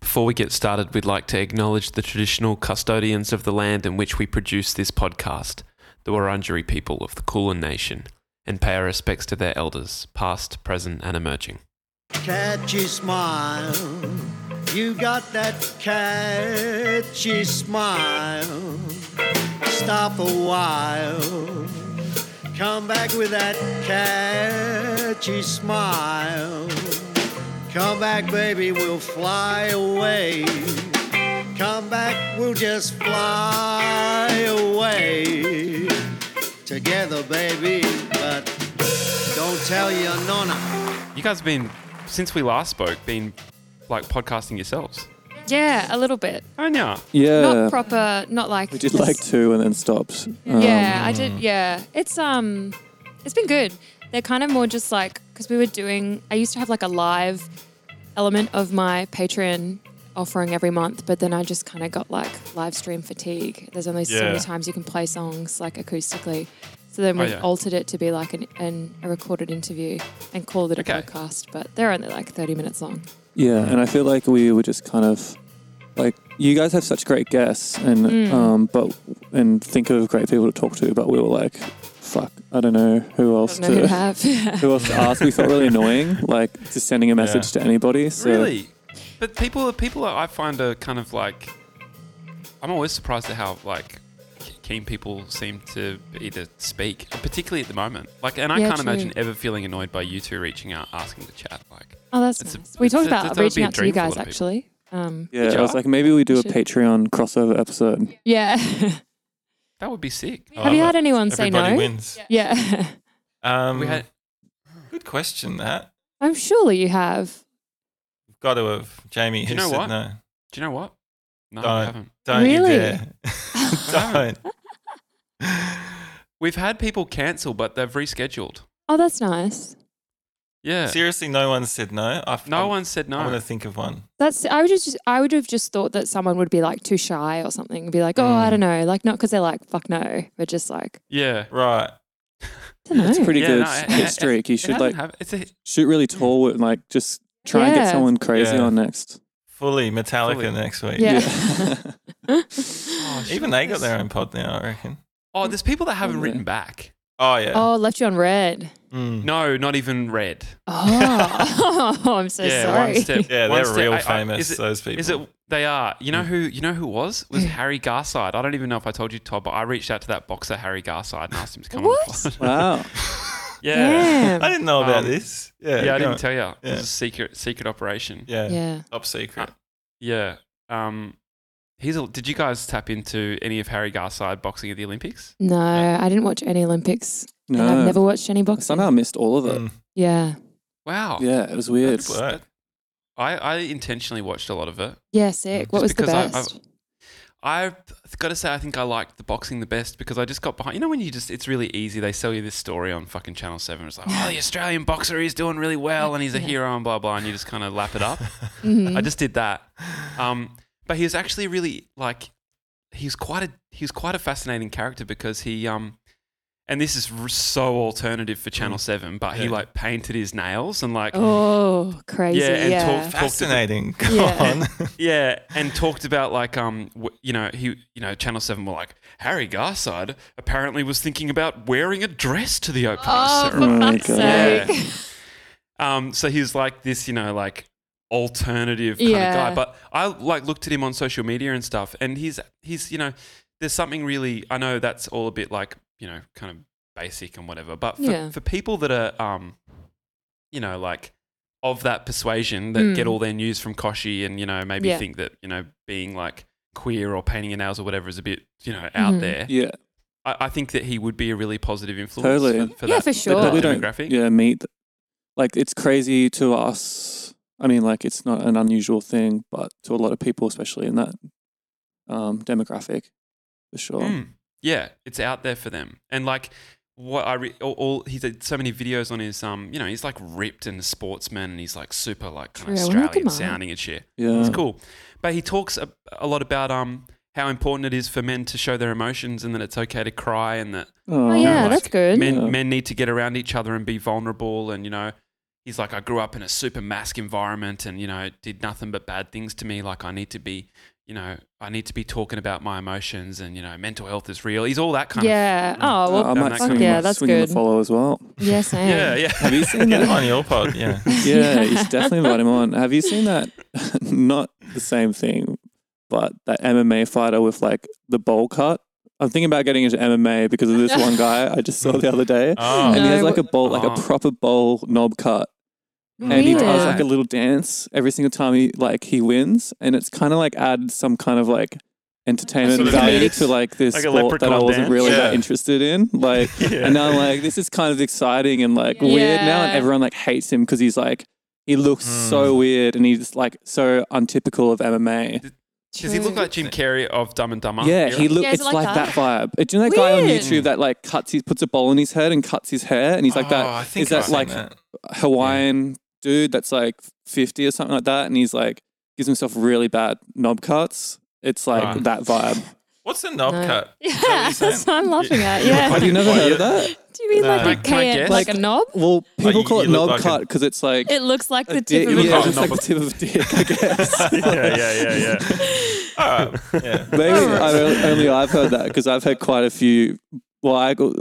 before we get started, we'd like to acknowledge the traditional custodians of the land in which we produce this podcast, the Wurundjeri people of the Kulin Nation, and pay our respects to their elders, past, present, and emerging. Catchy smile, you got that catchy smile. Stop a while, come back with that catchy smile. Come back, baby, we'll fly away. Come back, we'll just fly away. Together, baby, but don't tell your nonna. You guys have been, since we last spoke, been like podcasting yourselves. Yeah, a little bit. Oh, yeah. Yeah. Not proper, not like Uh, We did this- like two and then stopped. Um, Yeah, I did. Yeah, it's um, it's been good. They're kind of more just like because we were doing. I used to have like a live element of my Patreon offering every month, but then I just kind of got like live stream fatigue. There's only so Yeah. many times you can play songs like acoustically. So then Oh, we yeah. altered it to be like an, an a recorded interview and called it a Okay. podcast, but they're only like 30 minutes long. Yeah, and I feel like we were just kind of like you guys have such great guests and Mm. um but and think of great people to talk to, but we were like, fuck, I don't know who I else don't know who to to have. Yeah. who else to ask. We felt really annoying, like just sending a message to anybody. So Really? But people, people I find are kind of like, I'm always surprised at how like keen people seem to either speak, particularly at the moment. Like, and I Yeah, can't true. imagine ever feeling annoyed by you two reaching out, asking to chat. Like, Oh, that's It's a- nice. we it's talked a- about that would be reaching a out to you dream for a guys lot of people. actually. Um, Yeah, Good I was job. like, maybe we do a Should- Patreon crossover episode. yeah. that would be sick. Have you had anyone say Everybody no? wins. Yeah. Um, We had good question. That I'm surely you have. We've got to have Jamie. You who know said what? No, Do you know what? No, Don't. I haven't. don't Really? you dare. don't. We've had people cancel, but they've rescheduled. Oh, that's nice. Yeah. Seriously, no one said no. i No I'm- one said I want to no. think of one. That's I would just I would have just thought that someone would be like too shy or something and be like, oh, I Mm. don't know, like not because they're like fuck no, but just like Yeah. Right. I don't know. It's a pretty Yeah, good no, it- it- hit streak. You It should hasn't like hap- it's a, shoot really tall with like just try and get Yeah. someone crazy Yeah. on next. Fully Metallica Fully. next week. Yeah. Even they got their own pod now, I reckon. oh, there's people that haven't Yeah. written back. Oh yeah. oh, left you on red. Mm. No, not even read. Oh, I'm so yeah, sorry. one step. Yeah, one they're step- real I- I- famous. is it- those people. Is it? They are. You know who? You know who was? Was Harry Garside. I don't even know if I told you, Todd, but I reached out to that boxer Harry Garside and asked him to come on. What? the pod. Wow. yeah. Damn. I didn't know about Um, this. yeah. Yeah. I go didn't on. tell you. It Yeah. was a secret, secret operation. Yeah. yeah. Top secret. Yeah. Um, he's. A, did you guys tap into any of Harry Garside boxing at the Olympics? No, I didn't watch any Olympics. No. And I've never watched any boxing. Somehow I missed Uh, all of it. Mm. Yeah. Wow. Yeah, it was weird. Good work. I, I intentionally watched a lot of it. Yeah, sick. What Just was because the I- I've- best? I've got to say, I think I liked the boxing the best because I just got behind. You know, when you just, it's really easy. They sell you this story on fucking Channel 7. It's like, oh, the Australian boxer, he's doing really well and he's a Yeah. hero and blah, blah. And you just kind of lap it up. Mhm. I just did that. Um, but he was actually really like, he's quite a, he was quite a fascinating character because he, um, and this is r- so alternative for Channel 7, but he Yeah. like painted his nails and like, Mm. Oh, crazy. Yeah, Yeah. and talk- Fascinating. Go Yeah. on. Yeah, and talked about like um, w- you know, he, you know, Channel Seven were like Harry Garside apparently was thinking about wearing a dress to the opening oh, for ceremony. my fuck's God. sake. Yeah. Um, so he was like this, you know, like alternative kind Yeah. of guy. But I like looked at him on social media and stuff, and he's he's you know, there's something really. I know that's all a bit like you know, kind of basic and whatever. But for, Yeah. for people that are um, you know, like of that persuasion that Mm. get all their news from Koshi and you know maybe Yeah. think that you know being like queer or painting your nails or whatever is a bit you know out Mhm. there. Yeah, I, I think that he would be a really positive influence Totally. for, for Yeah, that for for they Sure. that probably don't. demographic. Yeah, meet. Like it's crazy to us. I mean, like it's not an unusual thing, but to a lot of people, especially in that um, demographic, for sure. Mm. Yeah, it's out there for them. And like what I re- all, all he did so many videos on his um you know he's like ripped and a sportsman and he's like super like kind of True, I wanna look him Australian up. sounding and shit. Yeah, It's cool, but he talks a, a lot about um how important it is for men to show their emotions and that it's okay to cry and that Oh, Aw. yeah, like, that's good. men Yeah. men need to get around each other and be vulnerable and you know he's like, I grew up in a super mask environment and, you know, it did nothing but bad things to me. Like, I need to be, you know, I need to be talking about my emotions and, you know, mental health is real. He's all that kind yeah. of. Oh, well, Uh, I Done might that swing, kind of- yeah, that's swing him a good. follow as well. yeah, same. Yeah, yeah. Have you seen Get him that? on your pod, yeah. Yeah, you should definitely invite him on. Have you seen that? Not the same thing, but that MMA fighter with like the bowl cut. I'm thinking about getting into MMA because of this one guy I just saw the other day. Oh, And he has No, like a bowl, like Oh. a proper bowl knob cut. And he Weird. does like a little dance every single time he like he wins, and it's kind of like adds some kind of like entertainment Sort of value comedic- to like this like a sport that I leprechaun wasn't dance. really Yeah. that interested in. Like, Yeah. and now I'm like, this is kind of exciting and like weird now, and Yeah. everyone like hates him because he's like, he looks so Hmm. weird and he's like so untypical of MMA. Does he look True. like Jim Carrey of Dumb and Dumber? Yeah, he looks. Yeah, is It's it like, like that? vibe. Uh, Do you know that guy on Weird. YouTube that like cuts? He puts a bowl on his head and cuts his hair, and he's like that. Oh, I think is that I've seen like that. Hawaiian dude that's like 50 or something like that, and he's like gives himself really bad knob cuts. It's like Right. that vibe. What's a knob No. cut? Yeah, Is that what you're saying? that's what I'm laughing at. Yeah. Have Oh, you never heard of that? Do you mean No. like Like, a can I can, guess? like a knob? Well, people you- call it you look knob like a- cut because it's like It looks like a the dick. tip of yeah, a you look knob. it's just Uh, like the tip of a dick, I guess. yeah, yeah, yeah, yeah. All right. Uh, Yeah. Maybe Oh. I don't- only I've heard that because I've had quite a few. Well, I got,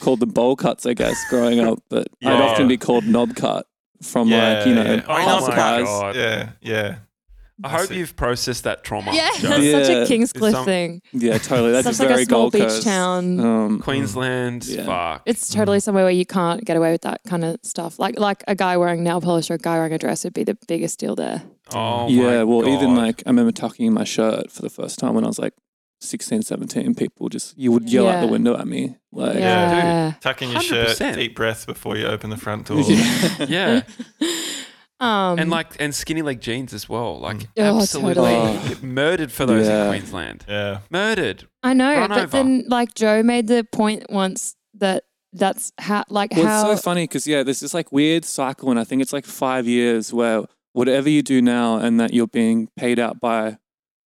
called them bowl cuts, I guess, growing up, but I'd Yeah. often be called knob cut from Yeah, like you know yeah. Oh art my supplies. God. Yeah, yeah. I hope That's it. you've processed that trauma. Yeah, Joe. that's such Yeah. a Kingscliff some- thing. Yeah, totally. That's Sounds like a very small Gold beach Coast. town. Um, Queensland, Yeah. fuck. It's totally somewhere where you can't get away with that kind of stuff. Like like a guy wearing nail polish or a guy wearing a dress would be the biggest deal there. oh my yeah, well, even God. like I remember tucking in my shirt for the first time when I was like 16, 17. People just you would yell out the Yeah. window at me, like yeah. Tuck in your shirt, 100%. deep breath before you open the front door. Yeah. yeah, Um, and like and skinny leg jeans as well. Like Oh, absolutely totally. get murdered for those Yeah. in Queensland. Yeah. Murdered. I know, run but over. then like Joe made the point once that that's how like Well, how it's so funny because yeah, there's this like weird cycle, and I think it's like five years where whatever you do now, and that you're being paid out by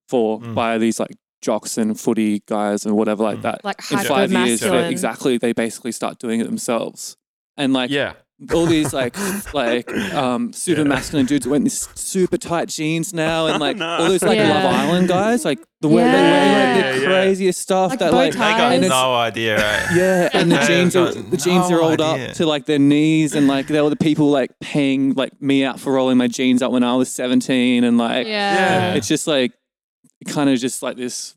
for Mm. by these like jocks and footy guys and whatever like Mm. that. like in hyper five years, masculine. yeah, exactly, they basically start doing it themselves, and like yeah, all these like like um super Yeah. masculine dudes wearing these super tight jeans now and like No. all those like Yeah. Love Island guys like the way they wear like Yeah, the yeah. craziest stuff Like that bow like They Guys. got and it's- no idea, eh? right? yeah and the They jeans are have got the jeans no are rolled idea. up to like their knees and like they were the people like paying like me out for rolling my jeans up when I was 17 and like yeah. it's just like kind of just like this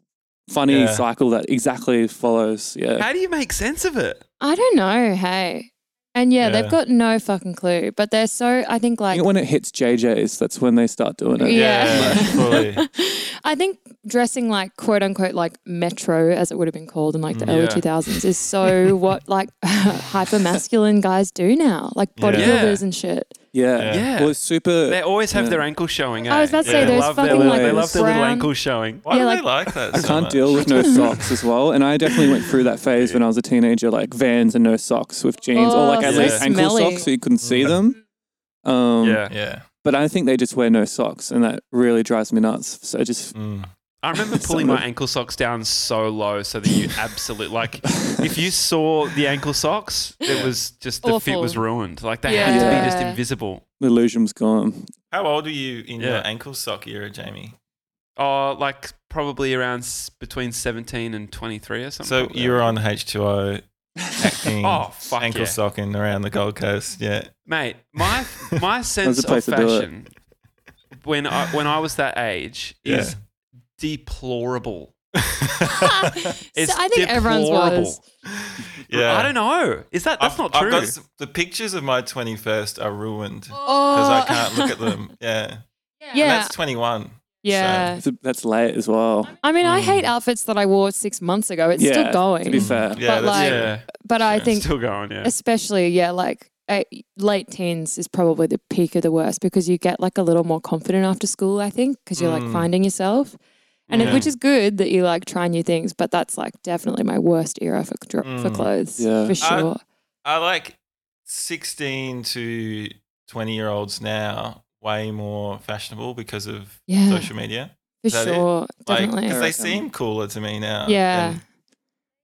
funny Yeah. cycle that exactly follows yeah how do you make sense of it? I don't know. Hey, and yeah, Yeah. they've got no fucking clue. But they're so I think I like think when it hits JJ's that's when they start doing it Yeah. fully. I think dressing like quote unquote like metro as it would have been called in like Mm, the early Yeah. two thousands is so what like hyper masculine guys do now, like Yeah. bodybuilders and shit. Yeah. Yeah. Yeah. Well, it's super. They always have Yeah. their ankle showing. I was eh? about to say Yeah. those love fucking their, like they love their little brown- ankles showing. Why Yeah, do like- they like that I so can't much? deal with no socks as well. And I definitely went through that phase when I was a teenager, like vans and no socks with jeans, or Oh, like at so least ankle smelly. socks so you couldn't see them. Um, Yeah, Yeah. But I think they just wear no socks, and that really drives me nuts. So just Mm. I remember pulling Some my of- ankle socks down so low so that you absolute like if you saw the ankle socks, it was just the fit Awful. was ruined. Like they had to be Yeah. just invisible. the illusion's gone. How old were you in Yeah. your ankle sock era, Jamie? Oh, like probably around s- between seventeen and twenty-three or something. So like that. you were on H2O acting Oh fuck ankle yeah. socking around the Gold Coast. Yeah. Mate, my my sense of That's the place to do it. fashion when I when I was that age is Yeah. deplorable. So It's I think everyone's was. Yeah. I don't know. Is that that's I've- not I've true? got s- the pictures of my 21st are ruined because Oh, I can't look at them. Yeah. yeah, And that's 21. yeah. So that's late as well. I mean, I Mm. hate outfits that I wore six months ago. It's yeah, still going, To be fair, Yeah. But that's like- true. yeah, but I Sure. think still going. Yeah, especially yeah like uh, late teens is probably the peak of the worst because you get like a little more confident after school i think because you're Mm. like finding yourself and it, Yeah. which is good that you like try new things but that's like definitely my worst era for, dr- for Mm. clothes Yeah. for I- sure I like 16 to 20 year olds now way more fashionable because of Yeah. social media. for that it- sure Like, definitely 'cause I they reckon. seem cooler to me now. yeah than,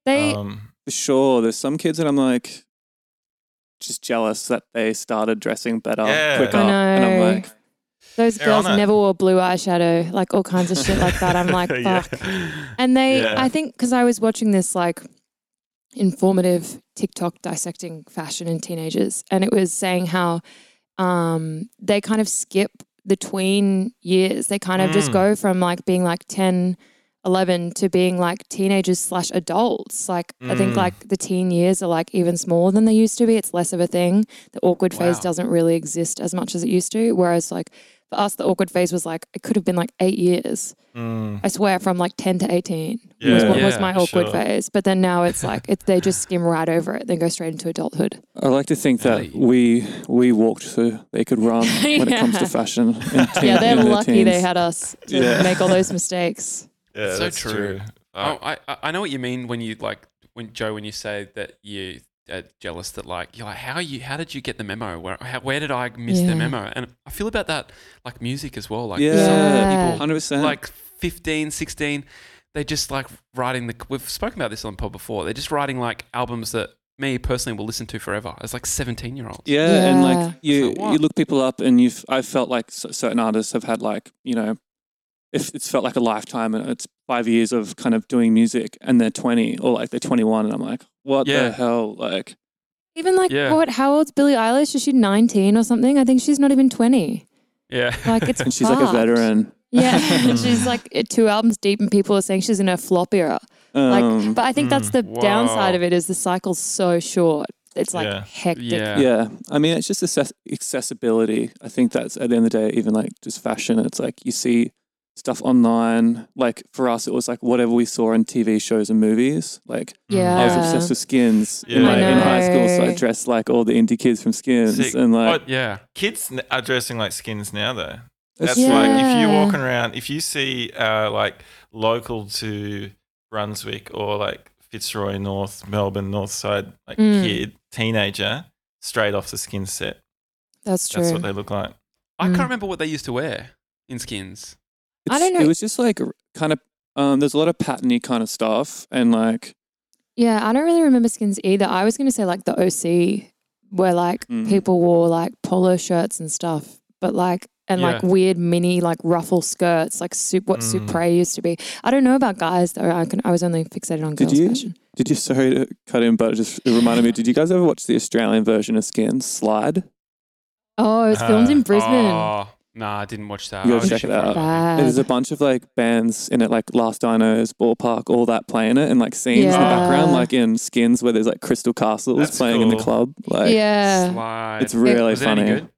they um, for sure. There's some kids that I'm like, just jealous that they started dressing better Yeah. quicker. I And I'm know. like, Those They're girls on it. never wore blue eyeshadow, like all kinds of shit like that. I'm like, fuck. And they, Yeah. I think, because I was watching this like informative TikTok dissecting fashion in teenagers, and it was saying how um, they kind of skip the tween years. They kind of just Mm. go from like being like 10, 11 to being like teenagers slash adults. Like, I think Mm. like the teen years are like even smaller than they used to be. It's less of a thing. The awkward phase Wow. doesn't really exist as much as it used to. Whereas, like, for us, the awkward phase was like, it could have been like eight years. Mm. I swear, from like 10 to 18 was Yeah. what was Yeah, my for awkward sure. phase. But then now it's like, it, they just skim right over it, then go straight into adulthood. I like to think that Hey. we we walked so they could run when it comes Yeah. to fashion. in teen- Yeah, they're in their lucky they teens. had us to Yeah. make all those mistakes. Yeah, So that's true. Oh, Fuck. I I I know what you mean when you like when Joe when you say that you are jealous that like you're like how you how did you get the memo where how, where did I miss Yeah. the memo and I feel about that like music as well like Yeah. yeah, people- hundred percent. like 15 16 they just like writing the we've spoken about this on pod before they're just writing like albums that me personally will listen to forever as like 17 year olds Yeah, and Yeah. like you, It's like, you what? look people up, and you've I felt like s- certain artists have had like you know, if it's felt like a lifetime, and it's five years of kind of doing music, and they're twenty or like they're twenty one, and I'm like, what Yeah. the hell? Like, Even like, Yeah. what, how old's Billie Eilish? Is she 19 or something? I think she's not even 20. yeah Like, it's and she's like a fucked. veteran. Yeah, she's like two albums deep, and people are saying she's in her flop era. Like, Um, but I think that's the mm, downside wow. of it is the cycle's so short. It's like Yeah. hectic. yeah yeah, I mean, it's just access- accessibility. I think that's at the end of the day, even like just fashion. It's like you see stuff online. Like for us, it was like whatever we saw in TV shows and movies. Like I was Yeah. obsessed with Skins in, Yeah. my, I in high school, so I know. dressed like all the indie kids from Skins, Sick. and like What- yeah Kids n- are dressing like skins now, though. it's That's Yeah. like if you're Yeah. walking around, if you see uh, like local to Brunswick or like Fitzroy North, Melbourne North Side, like Mm. kid, teenager, straight off the skin set. That's true. That's what they look like. I can't Mm. remember what they used to wear in skins I it's- don't know. It was just like r- kind of um, there's a lot of patterny kind of stuff, and like yeah, I don't really remember skins either. I was going to say like the OC, where like Mm. people wore like polo shirts and stuff, but like and like Yeah. weird mini like ruffle skirts, like sup- what Mm. Supre used to be. I don't know about guys though. I can. I was only fixated on Did girls you? fashion. did you sorry to cut in, but it just it reminded me. Did you guys ever watch the Australian version of Skins Slide? Oh, it was filmed Uh, in Brisbane. oh nah I didn't watch that You I gotta was check Uh, it too out. far away. Bad. There's a bunch of like bands in it, like Last Dinos, Ballpark, all that playing it, and like scenes in the Yeah. background, like in Skins where there's like Crystal Castles That's playing in the cool. club. Like yeah. Slide. it's really was it funny. any good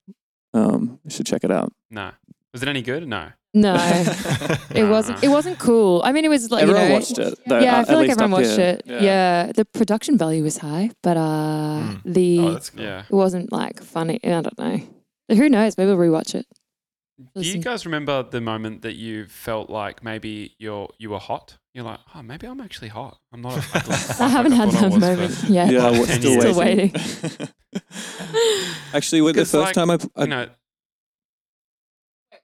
Um, you should check it out. no was it any good no No. It Oh, Nah. wasn't. It wasn't cool. I mean, it was like everyone you know, watched it. Though, Uh, yeah, I at- feel at like least everyone up watched here. it. Yeah. the production value was high, but uh, Hmm. the Oh, that's cool. yeah it wasn't like funny. I don't know. Who knows? Maybe we'll rewatch it. Do you Listen. guys remember the moment that you felt like maybe you're you were hot? You're like, oh, maybe I'm actually hot. I'm not. I, I haven't had that moment yet. Yeah, Like we're 10 still, years. waiting. Actually, with the Because, first like, time I, I You know,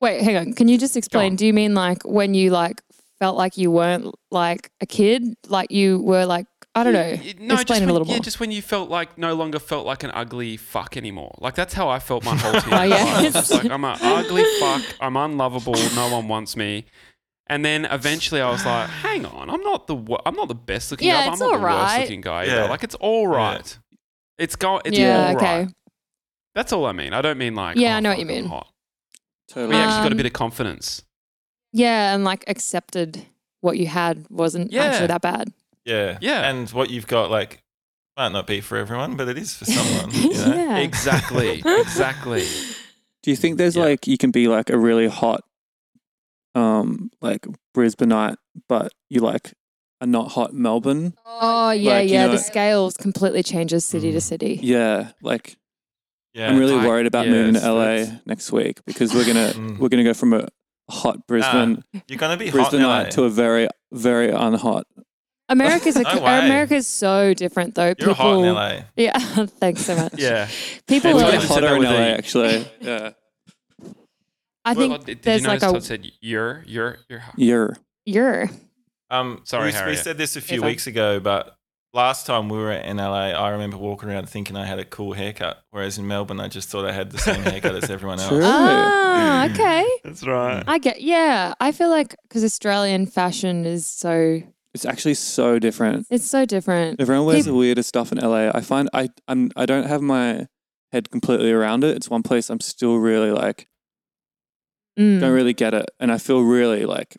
Wait, hang on. Can you just Go explain? on. Do you mean like when you like felt like you weren't like a kid, like you were like I don't know? y- no, just Explain it a when, little yeah, more. just when you felt like no longer felt like an ugly fuck anymore. Like that's how I felt my whole team. Oh, yeah. like I'm an ugly fuck. I'm unlovable. No one wants me. And then eventually I was like, hang on, I'm not the wo- I'm not the best looking. Yeah, guy, but it's I'm not the worst alright. looking guy. Yeah. Either. Like it's all right. It's going. It's yeah. all right. Okay. That's all I mean. I don't mean like. Yeah, oh, I know what you fuck, I'm mean. hot. We totally. Uh, actually got a Um, bit of confidence. Yeah, and like accepted what you had wasn't Yeah. actually that bad. Yeah. Yeah. And what you've got, like, might not be for everyone, but it is for someone. You know? yeah. Exactly. exactly. Do you think there's Yeah. like you can be like a really hot, um, like Brisbaneite, but you like are not hot Melbourne? Oh yeah, Like, you yeah. know- the scales completely changes city Hmm. to city. Yeah, like Yeah. I'm really I- worried about yeah, moving to it's- LA it's- next week because we're gonna Mm. Ah, we're gonna go from a hot Brisbane You're going to be hot in LA. Brisbaneite to a very very unhot. America's a, No way. America's so different though. People, You're hot in LA. yeah. Thanks so much. Yeah. People It's Well, are. "Oh, getting I said that hotter in with LA the- actually. Yeah, I think well, uh, did there's you notice like a- Todd said you're you're you're hot. you're you're. Um, Sorry, we, Harriet. We said this a few Yes, I- weeks ago, but last time we were in LA, I remember walking around thinking I had a cool haircut, whereas in Melbourne, I just thought I had the same haircut as everyone else. True. Ah, okay. That's right. I get, yeah. I feel like because Australian fashion is so, It's actually so different. it's so different. Everyone wears the weirdest stuff in LA. I find I I'm I don't have my head completely around it. It's one place I'm still really like Mm. don't really get it, and I feel really like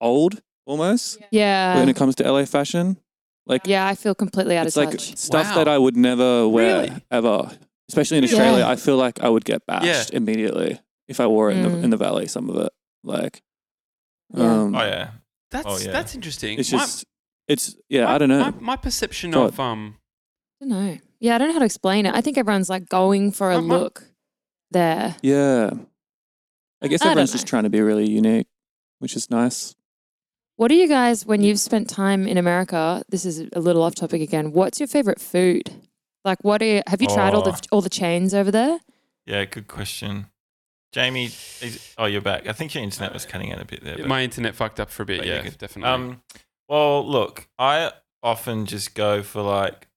old almost when Yeah. it comes to LA fashion. Like Yeah, I feel completely out it's of like touch. stuff Wow. that I would never wear Really? ever, especially in Really? Australia. Yeah. I feel like I would get bashed immediately if I wore it in, the, Mm. in the valley. Some of it, like, Yeah. um, Oh yeah, That's Oh, yeah. that's interesting. it's My- just, it's yeah, I don't my, know. my perception Go of um I don't know. Yeah, I don't know how to explain it. I think everyone's like going for a Uh-huh. look there. yeah, I guess I don't everyone's just know. trying to be really unique, which is nice. What do you guys, when you've spent time in America, this is a little off topic again. What's your favorite food? Like, what are, have you tried all the Oh. all the chains over there? yeah. Good question, Jamie. Is, oh, you're back. I think your internet was cutting out a bit there. but- my internet fucked up for a bit, But you yeah, could- definitely. Um, well, look, I often just go for like,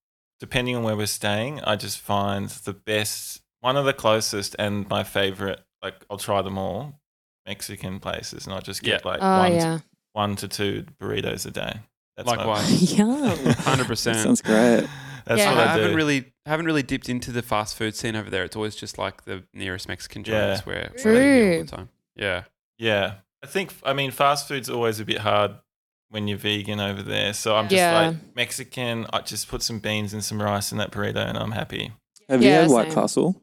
depending on where we're staying, I just find the best, one of the closest, and my favorite. Like, I'll try them all, Mexican places, and I just get like Oh, one yeah. one to two burritos a day. That's my- Likewise. Yum. Hundred That percent. sounds great. That's Yeah. what I I, do. haven't really haven't really dipped into the fast food scene over there. It's always just like the nearest Mexican Yeah. joints where, where they eat all True. the time. Yeah. Yeah. I think, I mean, fast food's always a bit hard when you're vegan over there. So I'm just Yeah. like, Mexican, I just put some beans and some rice in that burrito and I'm happy. Have you Yeah, had White same. Castle?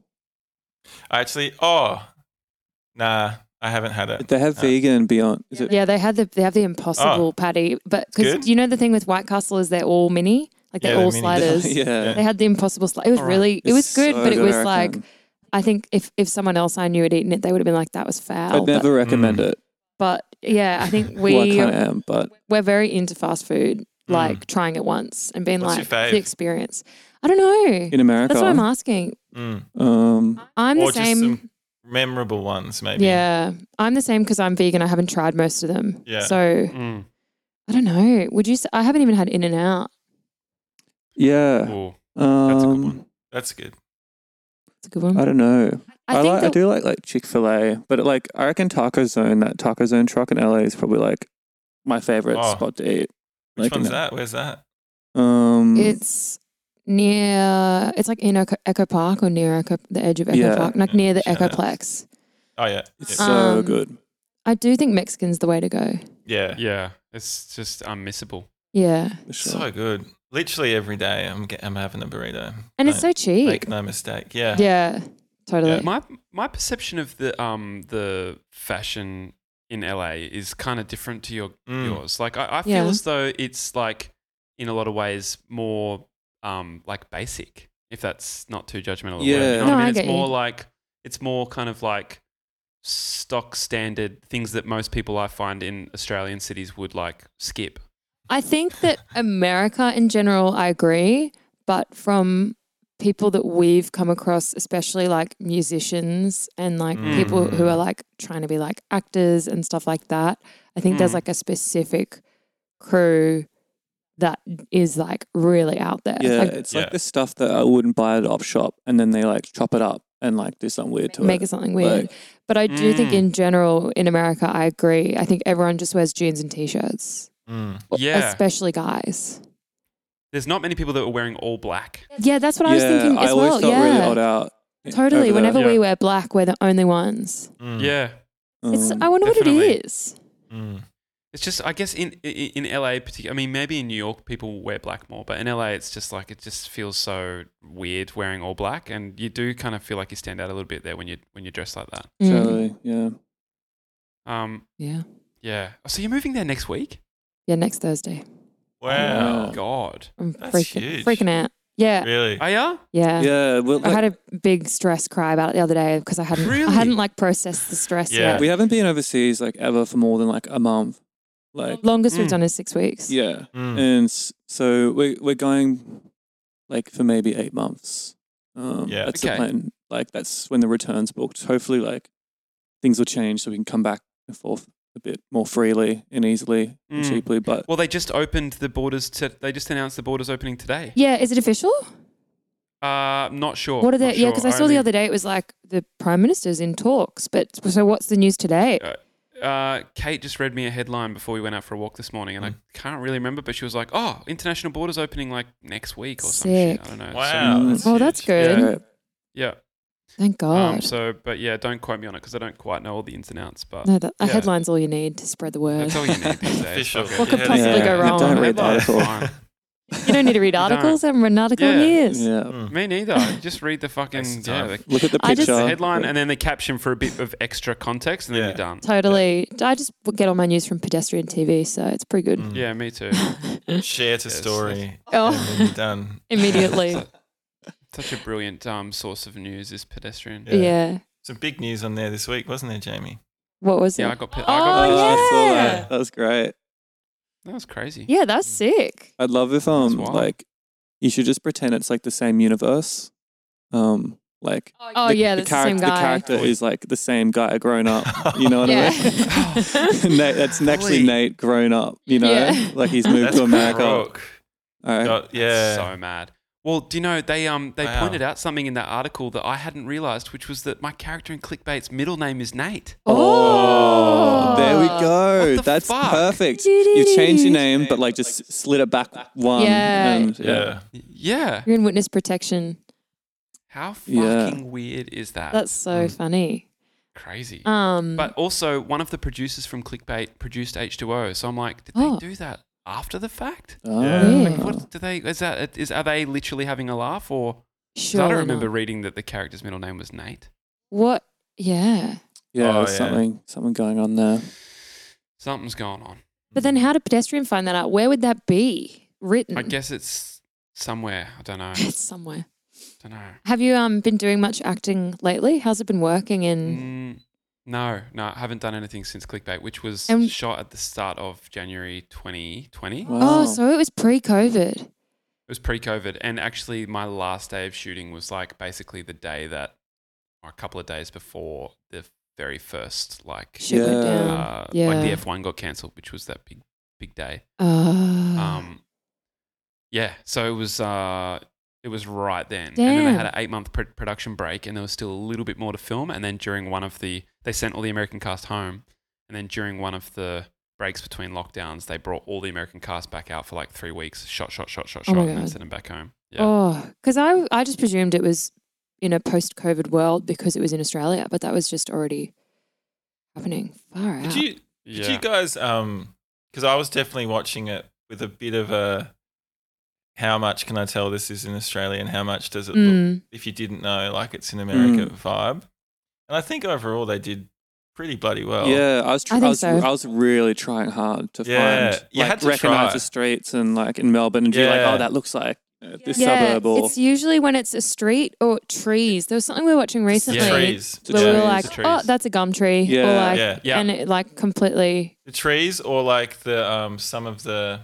I actually, oh, nah, I haven't had it. They have No. vegan beyond. Is it? Yeah, they had the they have the impossible patty, but Oh. good. because you know the thing with White Castle is they're all mini, like they're Yeah, they're all mini. sliders. yeah. They had the impossible slider. It was All right. really it It's was good, so but it good, I was like reckon. I think if if someone else I knew had eaten it, they would have been like that was foul. I'd But, never recommend Mm. it. but yeah, I think well, I we kind of am, but we're very into fast food, like trying it once and being Mm. What's your like fave? the experience. I don't know. in America, That's what I'm asking. Mm. um, I'm Or the just same. some memorable ones, maybe. yeah, I'm the same because I'm vegan. I haven't tried most of them. Yeah. So Mm. I don't know. Would you? s I haven't even had In and Out. yeah. Ooh. Um, a good one. That's good. It's a good one. I I, don't know. I, think like. I that- do like like Chick Fil A, but like I reckon Taco Zone, that Taco Zone truck in LA is probably like my favorite Oh. spot to eat. Like Which in one's a- that? Where's that? Um, it's near. It's like in Echo, Echo Park or near Echo, the edge of Echo Yeah. Park, like near the Shout out. Echoplex. Oh, yeah. it's yeah. so um, good. I do think Mexican's the way to go. yeah. Yeah. It's just unmissable. Yeah, for sure. So good. Literally every day I'm, get, I'm having a burrito. and it's Don't so cheap. Make no mistake. Yeah. Yeah, totally. Yeah. My my perception of the um the fashion in LA is kind of different to your Mm. yours. Like I, I feel Yeah. as though it's like in a lot of ways more um like basic. If that's not too judgmental, a word, you Yeah. know what No, I mean, I it's get you. more like it's more kind of like stock standard things that most people I find in Australian cities would like skip. I think that America in general, I agree, but from people that we've come across, especially like musicians and like people who Mm. are like trying to be like actors and stuff like that, I think Mm. there's like a specific crew that is like really out there. Yeah, Like, it's Yeah. like the stuff that I wouldn't buy at a op shop, and then they like chop it up and like do something weird to make it it. something weird. Like- but I do think Mm. in general in America, I agree. I think everyone just wears jeans and t shirts, Mm. Yeah, especially guys. there's not many people that are wearing all black. Yeah, that's what I was yeah, thinking as I always well. felt yeah. really odd out. i- Totally. over there. Whenever we Yeah. wear black, we're the only ones. Mm. Yeah, It's. Um, I wonder what definitely. it is. Mm. It's just, I guess, in i- in LA, particular. I mean, maybe in New York people wear black more, but in LA, it's just like it just feels so weird wearing all black, and you do kind of feel like you stand out a little bit there when you when you're dressed like that. Mm. totally, yeah. Um, Yeah. yeah. So you're moving there next week? Yeah. Next Thursday. Oh, Wow. Wow. God, I'm That's freaking huge. freaking out. Yeah. Really? are ya? Yeah. Yeah, well, I like, had a big stress cry about it the other day because I hadn't Really? I hadn't like processed the stress Yeah. yet. we haven't been overseas like ever for more than like a month. Like, Longest we've Mm. done is six weeks. yeah. Hmm. Mm. And s- so we we're going like for maybe eight months. Um, Yeah. that's the Okay. plan. Like that's when the returns booked. Hopefully, like things will change so we can come back and forth a bit more freely and easily and Mm. cheaply. But Well, they just opened the borders. To, they just announced the borders opening today. Yeah, is it official? Uh, not sure. What are the? not Yeah, sure. because I saw the only- other day it was like the prime minister's in talks. But so what's the news today? Uh, Kate just read me a headline before we went out for a walk this morning, and Mm. I can't really remember, but she was like, "Oh, international borders opening like next week or something." Sick. I don't know. Wow. Mm. that's Oh, that's huge. good. yeah, So, yeah. Thank God. Um, so, but yeah, don't quote me on it because I don't quite know all the ins and outs, but no, that, a yeah. headline's all you need to spread the word. that's all you need these days. Official. Fuck it. What could Yeah, possibly yeah. go wrong? Don't read the Headline's article. fine. you don't need to read articles. I haven't read an article in Yeah. years. yeah. Mm. Me neither. Just read the fucking Waste of yeah, time. the, Look at the I picture. just- the headline and then the caption for a bit of extra context, and then Yeah. you're done. Totally. I just get all my news from pedestrian TV, so it's pretty good. Mm. Yeah, me too. Share to Yes. story. Oh, And then you're done. immediately. So- Such a brilliant um, source of news is pedestrian. Yeah. yeah. Some big news on there this week, wasn't there, Jamie? What was Yeah, it? I got. Pe- I Oh, got I pedestrian. saw yeah. that. That was great. That was crazy. yeah, that's sick. I'd love if um wild. like you should just pretend it's like the same universe. Um like Oh, the, yeah, the, that's the same charac- guy. character is like the same guy grown up. You know what yeah. I mean? Oh, Nate, that's actually Holy. Nate grown up, you know? Yeah. Like he's moved That's to America. crook. All right. Got- yeah. So mad. Well, do you know they um they Wow. pointed out something in that article that I hadn't realized, which was that my character in Clickbait's middle name is Nate. oh, There we What go. the That's fuck? perfect. You've changed your name, but like just slid it back one. Yeah. And, yeah. yeah. Y- Yeah. Oh. You're in witness protection. How fucking Yeah. weird is that? That's so funny. crazy. Um, Mm. but also, one of the producers from Clickbait produced H2O, so I'm like, did Oh. they do that after the fact? Oh. Yeah. Like, what do they? Is that is are they literally having a laugh or? 'cause sure. I don't remember reading that the character's middle name was Nate. What? Yeah. Yeah, Oh, there's yeah. something something going on there. Something's going on. But Mm. then how did pedestrian find that out? Where would that be written? I guess it's somewhere. I don't know. it's somewhere. don't know. Have you um been doing much acting lately? How's it been working? And Mm, no, no, I haven't done anything since Clickbait, which was And- shot at the start of January 2020. It Wow. oh, so it was pre-COVID. was pre COVID. And actually, my last day of shooting was like basically the day that, or a couple of days before the very first, like, Shit went Yeah. down. uh, yeah. like the F1 got cancelled, which was that big, big day. Ah. Um, yeah, so it was uh, it was right then, and then they had an Damn. eight month pr- production break, and there was still a little bit more to film. And then during one of the, they sent all the American cast home, and then during one of the breaks between lockdowns, they brought all the American cast back out for like three weeks, shot, shot, shot, shot, Oh shot, my and then God. sent them back home. Yeah, Oh, because I I just presumed it was in a post-COVID world because it was in Australia, but that was just already happening. Far Did out. you yeah. Did you guys? Um, because I was definitely watching it with a bit of a, how much can I tell this is in Australia and how much does it look Mm. if you didn't know like it's in America vibe? And I think overall they did pretty bloody well. Yeah, I was tr- I I, think was so. I was really trying hard to Yeah, find you like had to recognize try. the streets and like in Melbourne and be Yeah. like, oh, that looks like uh, this suburb or it's usually when it's a street or trees. There was something we were watching recently the trees. The where we were trees. like, The "Oh, trees. that's a gum tree," or Yeah. like, Yeah. Yeah. and it like completely. The trees or like the um some of the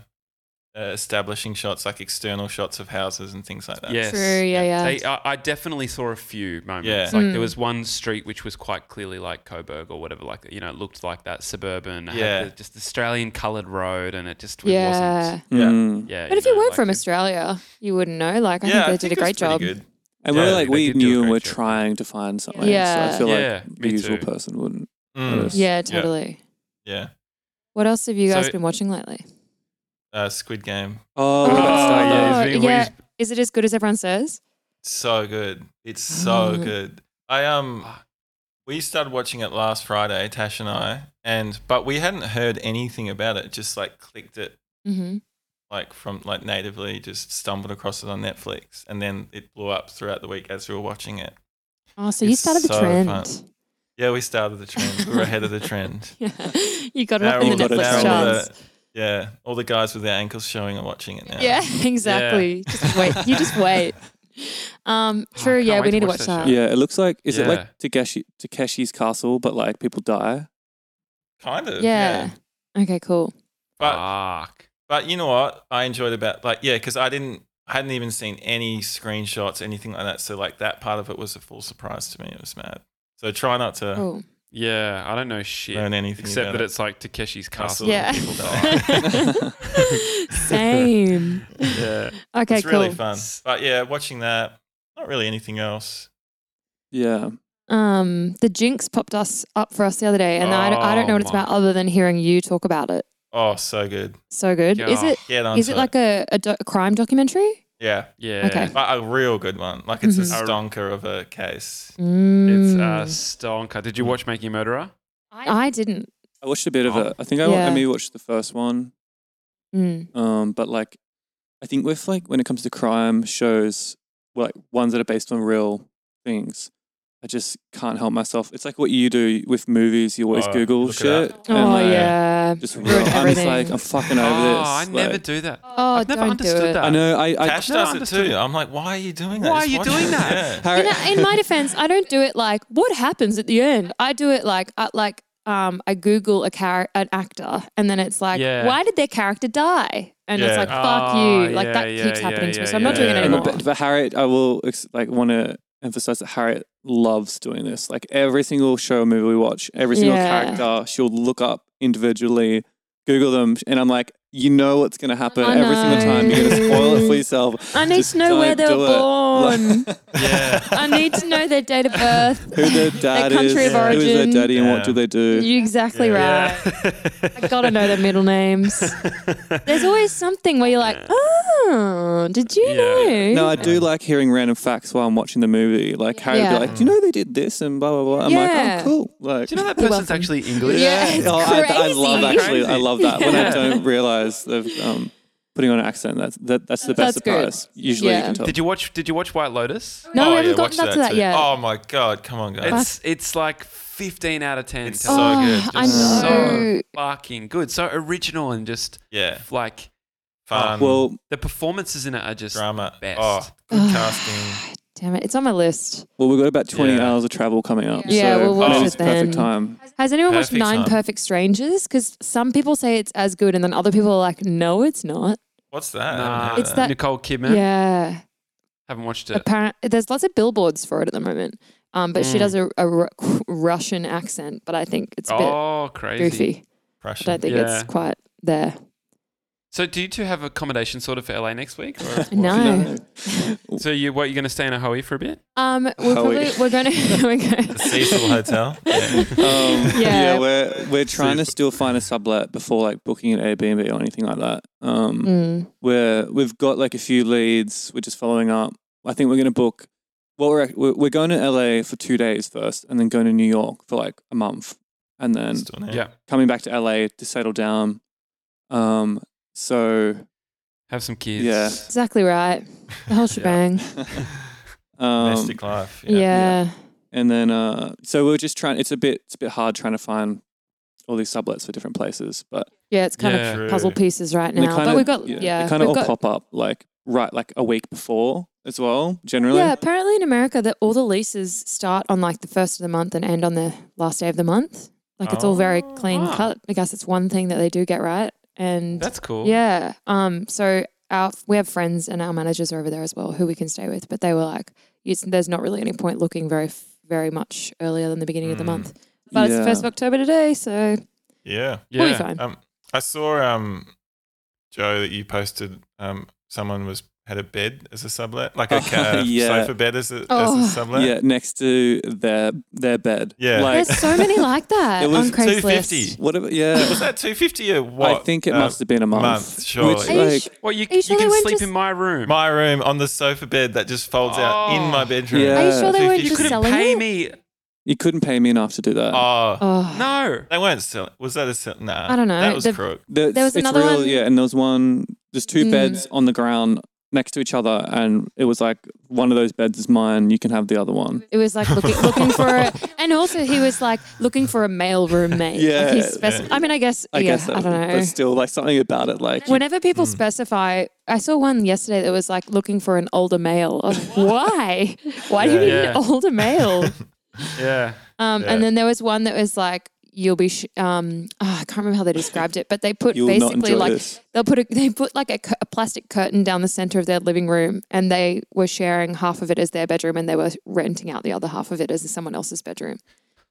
uh, establishing shots like external shots of houses and things like that. Yes. True, yeah, yeah. They, I, I definitely saw a few moments. Yeah. Like there Mm. was one street which was quite clearly like Coburg or whatever. Like you know, it looked like that suburban. had Yeah. the- just Australian coloured road, and it just it yeah. wasn't. Yeah. Mm. Yeah. But you if you know, weren't like from it- Australia, you wouldn't know. Like, I yeah, think they did a it was great pretty job. good. And we're Yeah, like, they we did do a knew and great we're job. trying to find something. Yeah. So I feel like Yeah, me the usual too. person wouldn't. Mm, Yeah, Yeah. totally. yeah. What else have you guys So- been watching lately? Uh, Squid Game. Oh, Oh, that's yeah, like- it's been- yeah. Is it as good as everyone says? So good. It's so Mm. good. I um we started watching it last Friday, Tash and I, and but we hadn't heard anything about it, just like clicked it Mm-hmm. like from like natively, just stumbled across it on Netflix and then it blew up throughout the week as we were watching it. Oh, so you It's started the so trend. fun. Yeah, we started the trend. We were ahead of the trend. Yeah. you got it Now up in the all- got it Netflix down. now all charts. the- yeah, all the guys with their ankles showing are watching it now. Yeah, exactly. Just wait. You just wait. Um, I true. can't yeah, wait we to need to watch watch that that. show. yeah, it looks like, is it Yeah. like Takeshi, Takeshi's castle, but like people die? Kind of. Yeah. Okay, cool. But Fuck. But you know what? I enjoyed about like yeah, because I didn't I hadn't even seen any screenshots, anything like that. So like that part of it was a full surprise to me. It was mad. So try not to Cool. Yeah, I don't know shit. learn anything. Except about that it. it's like Takeshi's Castle. Hustle Yeah. and people die. Same. Yeah. Okay, it's cool. really fun. But yeah, watching that, not really anything else. yeah. Um, the Jinx popped us up for us the other day, and I, don't, I don't know what it's Oh, my. about other than hearing you talk about it. Oh, so good. So good. Is Yeah. it? Get on Is it like a, a, do- a crime documentary? Yeah. Yeah. Okay. But a real good one. Like it's Mhm. a stonker of a case. It's uh, Mm. stonker. Did you watch Making a Murderer? I didn't. I watched a bit Oh. of it. I think I, Yeah. I maybe watched the first one. Mm. Um, but like, I think with like when it comes to crime shows, well, like ones that are based on real things, I just can't help myself. It's like what you do with movies. You always Oh, Google look it up. shit. Oh and like, yeah. Just Ruin real. I'm just everything. like I'm fucking over oh, Ah, this. I Like, never do that. Oh, I've never don't understood do it. that. I know. I, I Cash never does it understood too. it. I'm like, why are you doing that? Why Just are you watch doing it. that? Yeah. Harry- You know, in my defense, I don't do it like what happens at the end. I do it like I, like um, I Google a char- an actor, and then it's like, Yeah. why did their character die? And it's Yeah. like, fuck Oh, you. Like yeah, that yeah, keeps yeah, happening to me, yeah, so I'm not yeah, doing it yeah. anymore. But, but Harriet, I will ex- like want to emphasize that Harriet loves doing this. Like every single show or movie we watch, every single Yeah. character, she'll look up individually, Google them, and I'm like, you know what's gonna happen I every single time. You're gonna spoil it for know. yourself. I need Just to know where they don't were do born. it. Like, yeah. I need to know their date of birth. who their dad country is, who of is their origin. daddy, and what Yeah. do they do? You're exactly right. I gotta know their middle names. There's always something where you're like, oh, did you Yeah. know? No, I do like hearing random facts while I'm watching the movie. Like Harry would Yeah. be like, "Do you know they did this?" and blah blah blah. I'm like, Yeah. "Oh, cool!" Like, Do you know that You're person's welcome. actually English? Yeah. it's oh, I, I love crazy. actually. I love that when I Yeah. don't realize they've um, putting on an accent. That's that, that's the best That's good. surprise. Usually, you Yeah. can tell. Did you watch Did you watch White Lotus? No, we oh, haven't yeah, watch gotten up to that too. yet. Oh my god, come on, guys. It's It's like 15 out of 10. It's Tell so me. oh, good. I Just so know. fucking good. So original and just yeah, like fun well, the performances in it are just drama. best. Oh, good casting. Damn it, it's on my list. well, we've got about twenty Yeah. hours of travel coming up. Yeah, so we'll watch maybe it's it then. perfect time. Has anyone watched Perfect Nine time. Perfect Strangers? Because some people say it's as good, and then other people are like, no, it's not. What's that? I haven't Nah, heard It's of that- Nicole Kidman. Yeah. Haven't watched it. Apparent, there's lots of billboards for it at the moment. Um, but she Mm. does a, a Ru- Russian accent, but I think it's a bit Oh, crazy. goofy. I Russian. don't think Yeah. it's quite there. So, do you two have accommodation sorted for LA next week? Or No. So, you what? You're going to stay in a hoey for a bit? Um, we're Howie. probably we're gonna we're gonna The Cecil Hotel. Yeah. Um, yeah. Yeah. we're we're trying to still find a sublet before like booking an Airbnb or anything like that. Um, Mm. we're we've got like a few leads. We're just following up. I think we're going to book. Well, we're we're we're going to LA for two days first, and then going to New York for like a month, and then Just doing it. Yeah. coming back to LA to settle down. Um, so Have some kids. Yeah. exactly right. The whole shebang. um, Domestic life. Yeah. and then uh, so we are just trying. It's a bit it's a bit hard trying to find all these sublets for different places, but Yeah, it's kind Yeah. of puzzle True. pieces right and they now. kind But of we've got yeah, they kind we've of all got- pop up like right like a week before as well. Generally, yeah. Apparently in America, that all the leases start on like the first of the month and end on the last day of the month. Like it's all very Oh, clean wow. cut. I guess it's one thing that they do get right. And That's cool. yeah, um, so our we have friends and our managers are over there as well who we can stay with. But they were like, it's, there's not really any point looking very f- very much earlier than the beginning of the Mm. month. But it's the Hmm. Yeah. first of October today, so Yeah. we'll be Yeah. fine. Um, I saw um, Joe that you posted. Um, someone was had a bed as a sublet, like a ca- Yeah. sofa bed as a, Oh. as a sublet. yeah, next to their their bed. Yeah. like There's so many like that It on was Craigslist. 250. whatever. Yeah, Was that two fifty or what? I think it Um, must have been a month. month, surely. Which, Are you like, sh- Well, you, Are you you sure they can weren't sleep just- in my room. my room on the sofa bed that just folds out Oh. in my bedroom. Yeah. Are you sure they weren't you You just couldn't selling pay it? me. you couldn't pay me enough to do that. Oh, Oh, No. they weren't selling. Was that a sell? Nah, I don't know. That was The- crook. The- There was it's another real, one- Yeah, and there was one. There's two Mm. beds on the ground next to each other, and it was like one of those beds is mine. You can have the other one. It was like looking, looking for a, and also he was like looking for a male roommate. Yeah, Like he spec- yeah. I mean, I guess, I yeah, guess that, Hmm. I don't know. there's still like something about it. Like Whenever people specify, I saw one yesterday that was like looking for an older male. I was like, Why? Why do you Yeah. need Yeah. an older male? Yeah. Um, Yeah. And then there was one that was like, you'll be, sh- um, oh, I can't remember how they described it, but they put you will not basically enjoy like this. They'll put a, they put like a, cu- a plastic curtain down the center of their living room, and they were sharing half of it as their bedroom, and they were renting out the other half of it as someone else's bedroom.